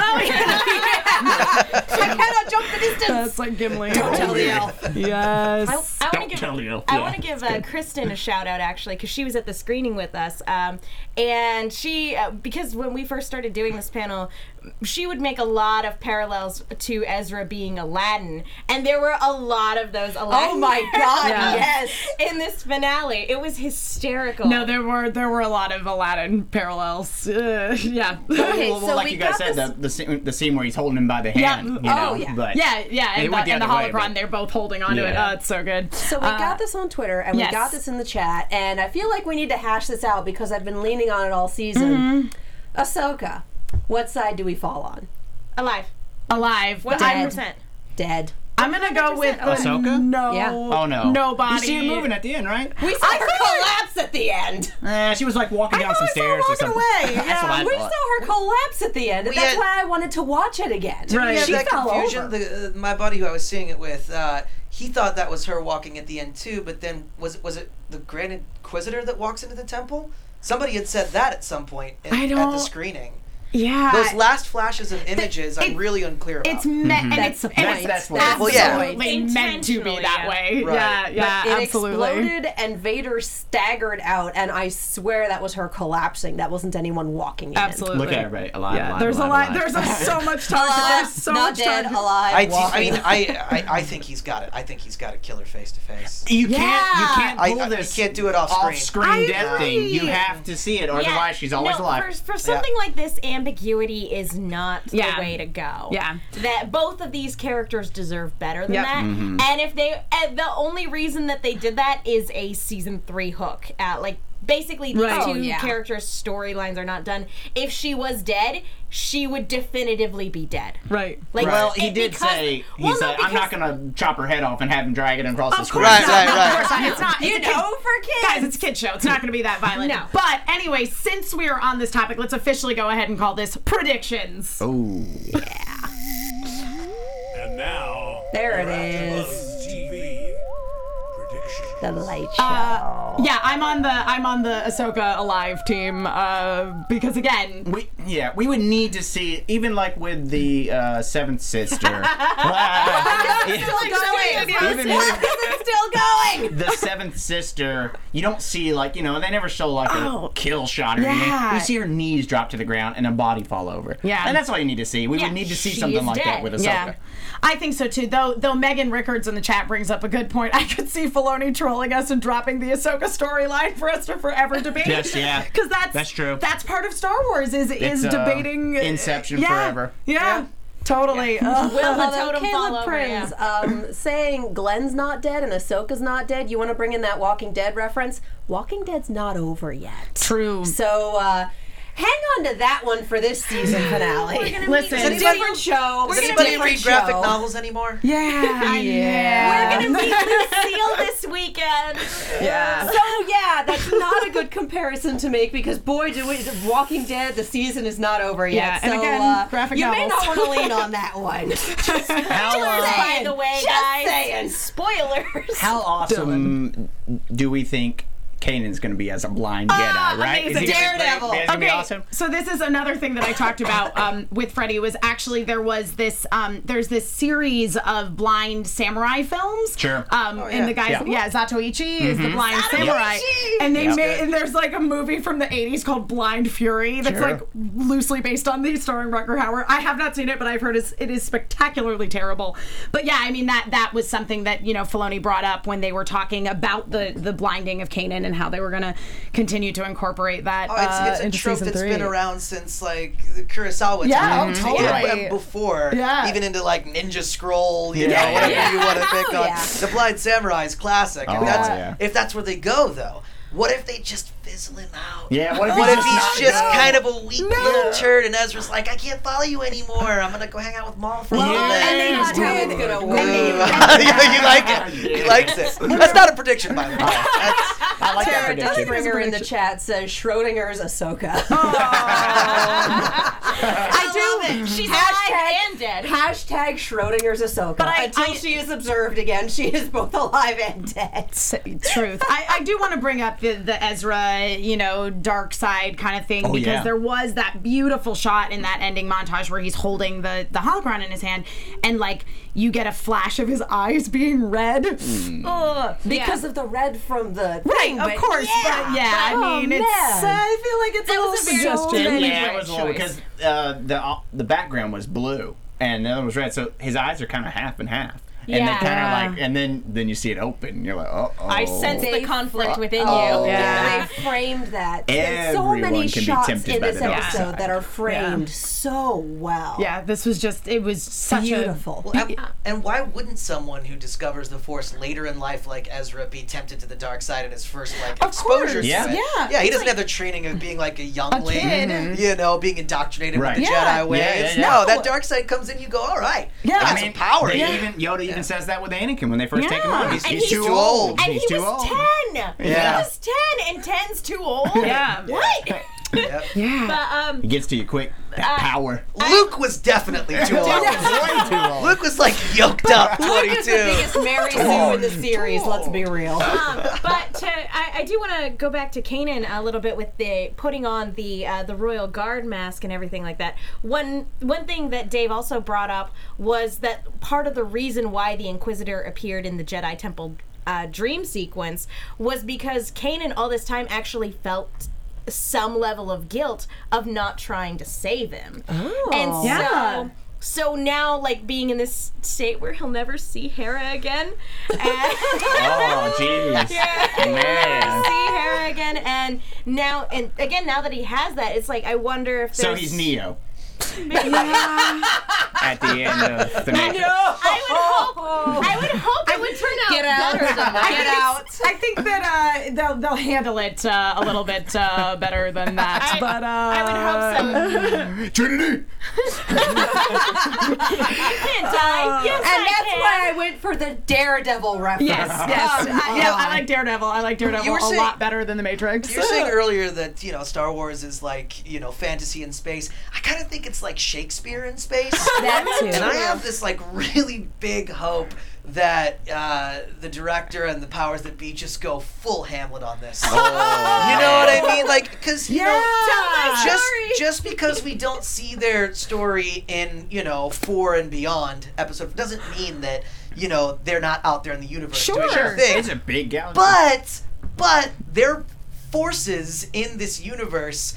Speaker 3: I cannot jump the distance.
Speaker 1: that's like Gimli. Don't
Speaker 3: Tell the elf.
Speaker 4: I,
Speaker 1: Yes.
Speaker 4: I
Speaker 5: Don't
Speaker 4: want to give
Speaker 5: tell you.
Speaker 4: I
Speaker 5: Yeah,
Speaker 4: want to give uh, Kristen a shout out actually because she was at the screening with us, um, and she uh, because when we first started doing this panel, she would make a lot of parallels to Ezra being Aladdin, and there were a lot of those Aladdin.
Speaker 3: Oh my God,
Speaker 1: Yeah.
Speaker 3: yes.
Speaker 4: In this finale, it was hysterical.
Speaker 1: No, there were there were a lot of Aladdin parallels. Uh, yeah.
Speaker 3: Okay,
Speaker 5: well, well,
Speaker 3: so
Speaker 5: like
Speaker 3: we
Speaker 5: you guys
Speaker 3: got
Speaker 5: said,
Speaker 3: this-
Speaker 5: the, the, scene, the scene where he's holding him by the hand.
Speaker 1: Yeah.
Speaker 5: You know,
Speaker 3: Oh, yeah.
Speaker 5: But
Speaker 1: Yeah, yeah,
Speaker 5: It
Speaker 1: and,
Speaker 5: went
Speaker 1: the,
Speaker 5: the
Speaker 1: and the
Speaker 5: other way,
Speaker 1: holocron,
Speaker 5: but-
Speaker 1: they're both holding onto
Speaker 5: Yeah.
Speaker 1: it. Oh, it's so good.
Speaker 3: So we got this on Twitter and
Speaker 1: yes.
Speaker 3: we got this in the chat, and I feel like we need to hash this out because I've been leaning on it all season. Mm-hmm. Ahsoka, what side do we fall on?
Speaker 4: Alive,
Speaker 1: Alive.
Speaker 4: one
Speaker 1: But
Speaker 4: hundred
Speaker 1: I'm,
Speaker 4: percent.
Speaker 3: Dead.
Speaker 1: I'm gonna go with the
Speaker 5: Ahsoka?
Speaker 1: no.
Speaker 3: Yeah.
Speaker 5: Oh no.
Speaker 1: Nobody.
Speaker 5: You see her moving at the end, right?
Speaker 3: We saw her collapse at the end.
Speaker 5: Eh, she was like walking down some
Speaker 3: we saw her
Speaker 5: stairs or
Speaker 3: walking
Speaker 5: something.
Speaker 3: away.
Speaker 5: That's
Speaker 3: yeah.
Speaker 5: what I
Speaker 3: we
Speaker 5: thought.
Speaker 3: saw her collapse at the end, and
Speaker 6: We
Speaker 3: that's
Speaker 6: had-
Speaker 3: why I wanted to watch it again.
Speaker 6: Didn't
Speaker 1: Right.
Speaker 6: we
Speaker 3: She
Speaker 6: have that
Speaker 3: fell
Speaker 6: confusion?
Speaker 3: over.
Speaker 6: The, uh, my buddy who I was seeing it with, uh, he thought that was her walking at the end too, but then was it was it the Grand Inquisitor that walks into the temple? Somebody had said that at some point in,
Speaker 1: I
Speaker 6: at the
Speaker 1: don't-
Speaker 6: screening.
Speaker 1: Yeah.
Speaker 6: Those last flashes of images, I'm
Speaker 1: it-
Speaker 6: really unclear about.
Speaker 1: it's meant and
Speaker 3: That's
Speaker 1: it's
Speaker 3: the
Speaker 1: and
Speaker 3: point.
Speaker 1: it's
Speaker 5: That's what it is.
Speaker 1: absolutely
Speaker 6: Well, yeah.
Speaker 1: meant to be
Speaker 4: Intentionally,
Speaker 1: that
Speaker 4: yeah.
Speaker 1: way.
Speaker 6: Right.
Speaker 1: Yeah, yeah,
Speaker 3: It
Speaker 1: absolutely.
Speaker 3: exploded and Vader staggered out, and I swear that was her collapsing. That wasn't anyone walking in.
Speaker 1: Absolutely.
Speaker 5: Look at everybody alive.
Speaker 1: Yeah,
Speaker 5: alive
Speaker 1: there's
Speaker 5: alive,
Speaker 1: a lot.
Speaker 5: alive.
Speaker 1: There's a, so much talk.
Speaker 3: Alive,
Speaker 1: There's so
Speaker 3: not
Speaker 1: much
Speaker 3: dead,
Speaker 1: talk.
Speaker 3: alive.
Speaker 6: I, I
Speaker 3: walking.
Speaker 6: mean, I, I I think he's got it. I think he's got a killer face to face.
Speaker 5: You can't. You
Speaker 1: Yeah.
Speaker 5: can't
Speaker 6: I-
Speaker 5: pull
Speaker 6: I- you
Speaker 5: this.
Speaker 6: can't do it off screen.
Speaker 5: Off-screen
Speaker 1: I
Speaker 5: death thing. You
Speaker 1: agree.
Speaker 5: have to see it, or
Speaker 4: Yeah.
Speaker 5: otherwise she's always
Speaker 4: no,
Speaker 5: alive.
Speaker 4: For, for something like this, ambiguity is not
Speaker 1: Yeah.
Speaker 4: the way to go.
Speaker 1: Yeah.
Speaker 4: That both of these characters deserve better than
Speaker 1: Yep.
Speaker 4: that.
Speaker 5: Mm-hmm.
Speaker 4: And if they, and the only reason that they did that is a season three hook. Uh, like, basically, these
Speaker 1: Right.
Speaker 4: two
Speaker 1: Oh,
Speaker 3: yeah.
Speaker 4: characters' storylines are not done. If she was dead, she would definitively be dead.
Speaker 1: Right.
Speaker 4: Like,
Speaker 5: Well,
Speaker 4: it-
Speaker 5: he did
Speaker 4: because-
Speaker 5: say he
Speaker 4: well, no,
Speaker 5: said, "I'm not
Speaker 4: because-
Speaker 5: going to chop her head off and have him drag it across the
Speaker 1: Of
Speaker 5: screen."
Speaker 1: course
Speaker 6: Right,
Speaker 1: not.
Speaker 6: right,
Speaker 1: Of
Speaker 6: right.
Speaker 1: course not. It's not. It's
Speaker 3: you
Speaker 1: a kid-
Speaker 3: know, for kids.
Speaker 1: Guys, it's a kid show. It's not going to be that violent.
Speaker 4: No.
Speaker 1: But anyway, since we are on this topic, let's officially go ahead and call this predictions.
Speaker 5: Ooh.
Speaker 2: And now,
Speaker 3: there it is.
Speaker 2: Buzz TV.
Speaker 3: The light show.
Speaker 7: Uh, yeah, I'm on the I'm on the Ahsoka Alive team uh, because again,
Speaker 5: We yeah, we would need to see even like with the uh, seventh sister. Wow. even with
Speaker 7: still going.
Speaker 5: the seventh sister, you don't see like you know they never show like a kill shot or
Speaker 7: yeah.
Speaker 5: anything. You see her knees drop to the ground and a body fall over.
Speaker 7: Yeah.
Speaker 5: and that's all you need to see. We would need to see
Speaker 4: she
Speaker 5: something
Speaker 4: is
Speaker 5: like that
Speaker 4: dead.
Speaker 5: with Ahsoka.
Speaker 7: Yeah. I think so too. Though though Megan Rickards in the chat brings up a good point. I could see Filoni trolling us and dropping the Ahsoka storyline for us to forever debate.
Speaker 5: Yes, yeah.
Speaker 7: Because that's
Speaker 5: That's true.
Speaker 7: That's part of Star Wars is is
Speaker 5: It's, uh,
Speaker 7: debating
Speaker 5: Inception
Speaker 7: yeah,
Speaker 5: forever.
Speaker 7: Yeah. Totally. Ugh.
Speaker 3: Will the
Speaker 4: totem fall over,
Speaker 3: Prinz, um, saying Glenn's not dead and Ahsoka's not dead. You want to bring in that Walking Dead reference? Walking Dead's not over yet.
Speaker 7: True.
Speaker 3: So uh, hang on to that one for this season finale.
Speaker 7: Listen.
Speaker 3: it's a different show.
Speaker 6: Does
Speaker 3: It's a
Speaker 6: anybody
Speaker 3: different
Speaker 6: read graphic
Speaker 3: show.
Speaker 6: novels anymore?
Speaker 7: Yeah. yeah.
Speaker 4: We're gonna meet Lucille this weekend.
Speaker 3: So yeah, that's not a good comparison to make because boy, do we, Walking Dead the season is not over yet.
Speaker 7: Yeah, and
Speaker 3: so,
Speaker 7: again,
Speaker 3: uh,
Speaker 7: graphic
Speaker 3: you may not
Speaker 7: novels.
Speaker 3: want to lean on that one. Just
Speaker 5: How uh,
Speaker 4: By the way, guys,
Speaker 3: saying.
Speaker 4: spoilers.
Speaker 5: how awesome do we think Kanan's going to be as a blind Jedi? Right? Is he gonna be
Speaker 7: amazing.
Speaker 5: great?
Speaker 3: Daredevil.
Speaker 5: Is he gonna be
Speaker 7: Okay,
Speaker 5: awesome?
Speaker 7: so this is another thing that I talked about um, with Freddie was actually there was this um, there's this series of blind samurai films.
Speaker 5: Sure.
Speaker 7: Um, And the guys, yeah,
Speaker 5: Yeah. Mm-hmm.
Speaker 7: Zatoichi is the blind samurai, and they made and there's like a movie from the '80s called Blind Fury that's
Speaker 5: Sure.
Speaker 7: like loosely based on the starring Rucker Hauer. I have not seen it, but I've heard it's, it is spectacularly terrible. But yeah, I mean that that was something that you know Filoni brought up when they were talking about the the blinding of Kanan and how they were going to continue to incorporate that.
Speaker 6: Oh, it's, it's
Speaker 7: uh,
Speaker 6: a
Speaker 7: into
Speaker 6: trope
Speaker 7: season
Speaker 6: that's
Speaker 7: three.
Speaker 6: been around since like the Kurosawa.
Speaker 7: Yeah, oh,
Speaker 6: times.
Speaker 7: totally.
Speaker 6: and before,
Speaker 7: Yeah.
Speaker 6: even into like Ninja Scroll, you
Speaker 5: Yeah.
Speaker 6: know, whatever
Speaker 5: Yeah.
Speaker 6: you want to pick on.
Speaker 3: yeah.
Speaker 6: The Blind Samurai is classic, and
Speaker 5: Oh,
Speaker 6: that's
Speaker 5: yeah.
Speaker 6: if that's where they go though. What if they just fizzle him out?
Speaker 5: Yeah. What if,
Speaker 6: What if
Speaker 5: just not
Speaker 6: he's just
Speaker 5: good?
Speaker 6: kind of a weak little turd, and Ezra's like, I can't follow you anymore. I'm gonna go hang out with Maul for a little bit.
Speaker 3: and they just tell you it's gonna work.
Speaker 6: Yeah, you like it. He likes it. That's not a prediction, by the way. That's,
Speaker 5: I like that
Speaker 3: Sarah
Speaker 5: prediction.
Speaker 3: Duthbringer in the chat says Schrodinger's Ahsoka.
Speaker 4: I do. She's alive and dead.
Speaker 3: Hashtag Schrodinger's Ahsoka. But
Speaker 7: I-
Speaker 3: Until
Speaker 7: I-
Speaker 3: she is observed again, she is both alive and dead.
Speaker 7: truth. I, I do want to bring up the, the Ezra, you know, dark side kind of thing because
Speaker 5: yeah.
Speaker 7: there was that beautiful shot in that ending montage where he's holding the the holocron in his hand, and like you get a flash of his eyes being red.
Speaker 4: Oh,
Speaker 7: Ugh.
Speaker 3: Because of the red from the
Speaker 7: Right,
Speaker 3: thing,
Speaker 7: of
Speaker 3: but-
Speaker 7: course, but yeah, I
Speaker 3: Oh,
Speaker 7: mean, it's.
Speaker 3: man.
Speaker 7: uh, I feel like it's a little
Speaker 4: was a very
Speaker 7: suggestion.
Speaker 4: old
Speaker 5: Yeah, it was a little
Speaker 4: choice.
Speaker 5: because uh, the uh, the background was blue and the other was red, so his eyes are kind of half and half. And they kind
Speaker 7: Yeah.
Speaker 5: of like, and then then you see it open. And you're like, oh, oh.
Speaker 4: I sense the conflict within
Speaker 3: Oh,
Speaker 4: you.
Speaker 3: yeah. They framed that. There's so
Speaker 5: Everyone
Speaker 3: many
Speaker 5: can be
Speaker 3: shots
Speaker 5: tempted
Speaker 3: in
Speaker 5: by
Speaker 3: this
Speaker 5: the dark
Speaker 3: episode
Speaker 5: side.
Speaker 3: that are framed so well.
Speaker 7: Yeah, Uh, this was just. It was such
Speaker 3: Beautiful.
Speaker 6: Well, and, and why wouldn't someone who discovers the Force later in life, like Ezra, be tempted to the dark side in his first like exposure?
Speaker 7: course,
Speaker 6: to
Speaker 5: yeah.
Speaker 6: it?
Speaker 7: yeah.
Speaker 6: yeah. He doesn't have the training of being like a youngling,
Speaker 7: kid.
Speaker 6: you know, being indoctrinated
Speaker 5: Right.
Speaker 6: with the
Speaker 7: Yeah.
Speaker 6: Jedi ways.
Speaker 5: Yeah, yeah, yeah.
Speaker 6: No,
Speaker 5: No.
Speaker 6: that dark side comes in. You go, all right.
Speaker 7: Yeah.
Speaker 6: I got
Speaker 5: I mean,
Speaker 6: some power.
Speaker 5: They
Speaker 6: here."
Speaker 5: even Yoda even says that with Anakin when they first take him
Speaker 7: Yeah.
Speaker 5: on. He's,
Speaker 4: And
Speaker 5: he's,
Speaker 4: he's
Speaker 5: too
Speaker 6: too
Speaker 5: old.
Speaker 6: old.
Speaker 4: And
Speaker 5: he's
Speaker 4: he
Speaker 5: too
Speaker 4: was
Speaker 5: old.
Speaker 4: ten.
Speaker 5: Yeah.
Speaker 4: He was ten, and ten's too old.
Speaker 7: a. Yeah.
Speaker 4: What?
Speaker 6: Yep.
Speaker 7: Yeah.
Speaker 4: But um,
Speaker 5: He gets to you quick. That power.
Speaker 6: Luke was definitely too old.
Speaker 5: Way too old.
Speaker 6: Luke was like yoked up, twenty
Speaker 3: It's the
Speaker 6: two.
Speaker 3: biggest Mary Sue in the series, let's be real.
Speaker 4: um, but to, I, I do want to go back to Kanan a little bit with the putting on the uh, the royal guard mask and everything like that. One one thing that Dave also brought up was that part of the reason why the Inquisitor appeared in the Jedi Temple uh, dream sequence was because Kanan all this time actually felt some level of guilt of not trying to save him. and so
Speaker 7: Yeah.
Speaker 4: so now like being in this state where he'll never see Hera again. and-
Speaker 5: Oh, jeez. Man.
Speaker 4: see Hera again, and now and again now that he has that, it's like I wonder if
Speaker 5: So
Speaker 4: there's-
Speaker 5: he's Neo. At the end of the Matrix.
Speaker 4: I would hope. I would hope it would turn out better than that.
Speaker 7: Get out. I think that uh, they'll they'll handle it uh, a little bit uh, better than that.
Speaker 4: I-
Speaker 7: but uh,
Speaker 4: I would hope so.
Speaker 5: Trinity!
Speaker 4: You can't die. Yes,
Speaker 3: And
Speaker 4: I
Speaker 3: that's
Speaker 4: can.
Speaker 3: why I I went for the Daredevil reference.
Speaker 7: Yes, yes. I, yeah, I like Daredevil. I like Daredevil
Speaker 6: You were
Speaker 7: a
Speaker 6: saying-
Speaker 7: lot better than The Matrix.
Speaker 6: You were saying earlier that you know Star Wars is like you know fantasy in space. I kind of think it's like Shakespeare in space.
Speaker 3: That too.
Speaker 6: And I have this like really big hope that uh, the director and the powers that be just go full Hamlet on this. You know what I mean? Like, because you know, just just because we don't see their story in you know four and beyond episode doesn't mean that you know they're not out there in the universe doing their
Speaker 7: Sure.
Speaker 6: thing.
Speaker 5: It's a big galaxy.
Speaker 6: But but their forces in this universe,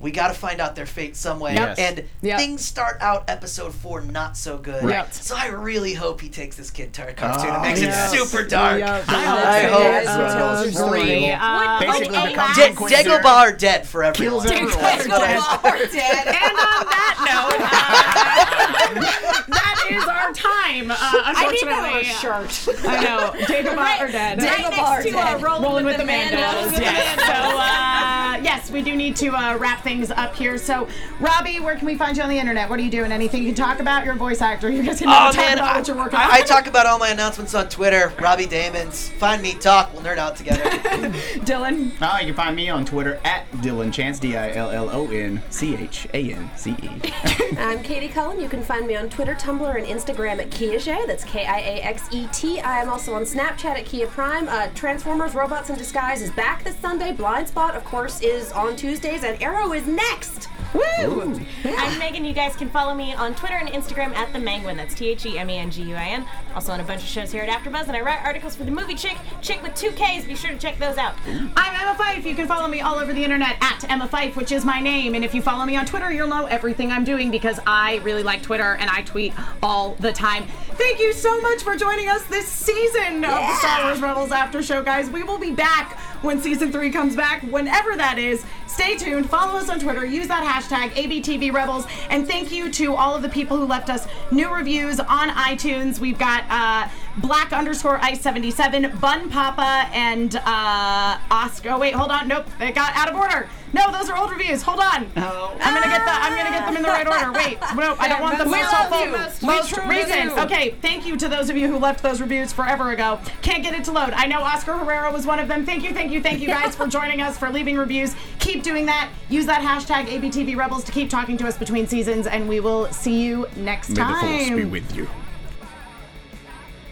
Speaker 6: we got to find out their fate some way.
Speaker 5: Yep.
Speaker 6: And
Speaker 7: Yep.
Speaker 6: things start out episode four not so good.
Speaker 7: Yep.
Speaker 6: So I really hope he takes this kid Tar cartoon and
Speaker 5: Oh,
Speaker 6: makes
Speaker 5: yes.
Speaker 6: it super dark.
Speaker 5: I
Speaker 6: hope
Speaker 5: hope so. Free. Basically
Speaker 4: like
Speaker 5: becomes
Speaker 6: De-
Speaker 5: Quincy Jones.
Speaker 6: Dagobah dead for everyone.
Speaker 5: Kills everyone.
Speaker 6: That's what I-
Speaker 7: And on that note, uh, that is our time. Uh, unfortunately, I,
Speaker 3: shirt.
Speaker 7: know Dagobah are dead.
Speaker 4: Right next to uh, rolling,
Speaker 7: Rolling
Speaker 4: with, the Mandos.
Speaker 7: Mandos. Yes. So uh, yes, we do need to uh, wrap things up here. So Robbie, where can we find you on the internet? What are you doing? Anything you can talk about? You're a voice actor. You guys can never
Speaker 6: Oh,
Speaker 7: talk
Speaker 6: man,
Speaker 7: about
Speaker 6: I,
Speaker 7: what you're working on.
Speaker 6: I talk about all my announcements on Twitter. Robbie Damons. Find me, talk. We'll nerd out together.
Speaker 7: Dylan.
Speaker 5: Oh, you can find me on Twitter at Dylan Chance, D I L L O N C H A N C E.
Speaker 3: I'm Katie Cullen. You can find me on Twitter, Tumblr, and Instagram at Kiaxet. That's K-I-A-X-E-T. I am E also on Snapchat at Kia Prime. Uh, Transformers: Robots in Disguise is back this Sunday. Blind Spot, of course, is on Tuesdays, and Arrow is next.
Speaker 4: I'm Megan. You guys can follow me on Twitter and Instagram at the Manguin. That's T H E M E N G U I N. Also on a bunch of shows here at AfterBuzz, and I write articles for the movie Chick, Chick with two Ks. Be sure to check those out.
Speaker 7: I'm Emma Fife. You can follow me all over the internet at Emma Fife, which is my name. And if you follow me on Twitter, you'll know everything I'm doing because I really like Twitter and I tweet all the time. Thank you so much for joining us this season of the Star Wars Rebels After Show, guys. We will be back when season three comes back, whenever that is. Stay tuned. Follow us on Twitter. Use that hashtag ABTV Rebels. And thank you to all of the people who left us new reviews on iTunes. We've got uh, Black underscore Ice 77, Bun Papa, and uh, Oscar. Oh, wait, hold on. Nope, they got out of order. No, those are old reviews. Hold on.
Speaker 9: Oh.
Speaker 7: I'm gonna get the. I'm gonna get them in the right order. Wait, no, I don't want the
Speaker 9: We
Speaker 7: most
Speaker 9: love
Speaker 7: helpful,
Speaker 9: you.
Speaker 7: most,
Speaker 9: We truly
Speaker 7: recent.
Speaker 9: do.
Speaker 7: Okay, thank you to those of you who left those reviews forever ago. Can't get it to load. I know Oscar Herrera was one of them. Thank you, thank you, thank you guys for joining us for leaving reviews. Keep doing that. Use that hashtag ABTV Rebels to keep talking to us between seasons, and we will see you next
Speaker 5: May the
Speaker 7: time.
Speaker 5: force be with you.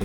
Speaker 10: The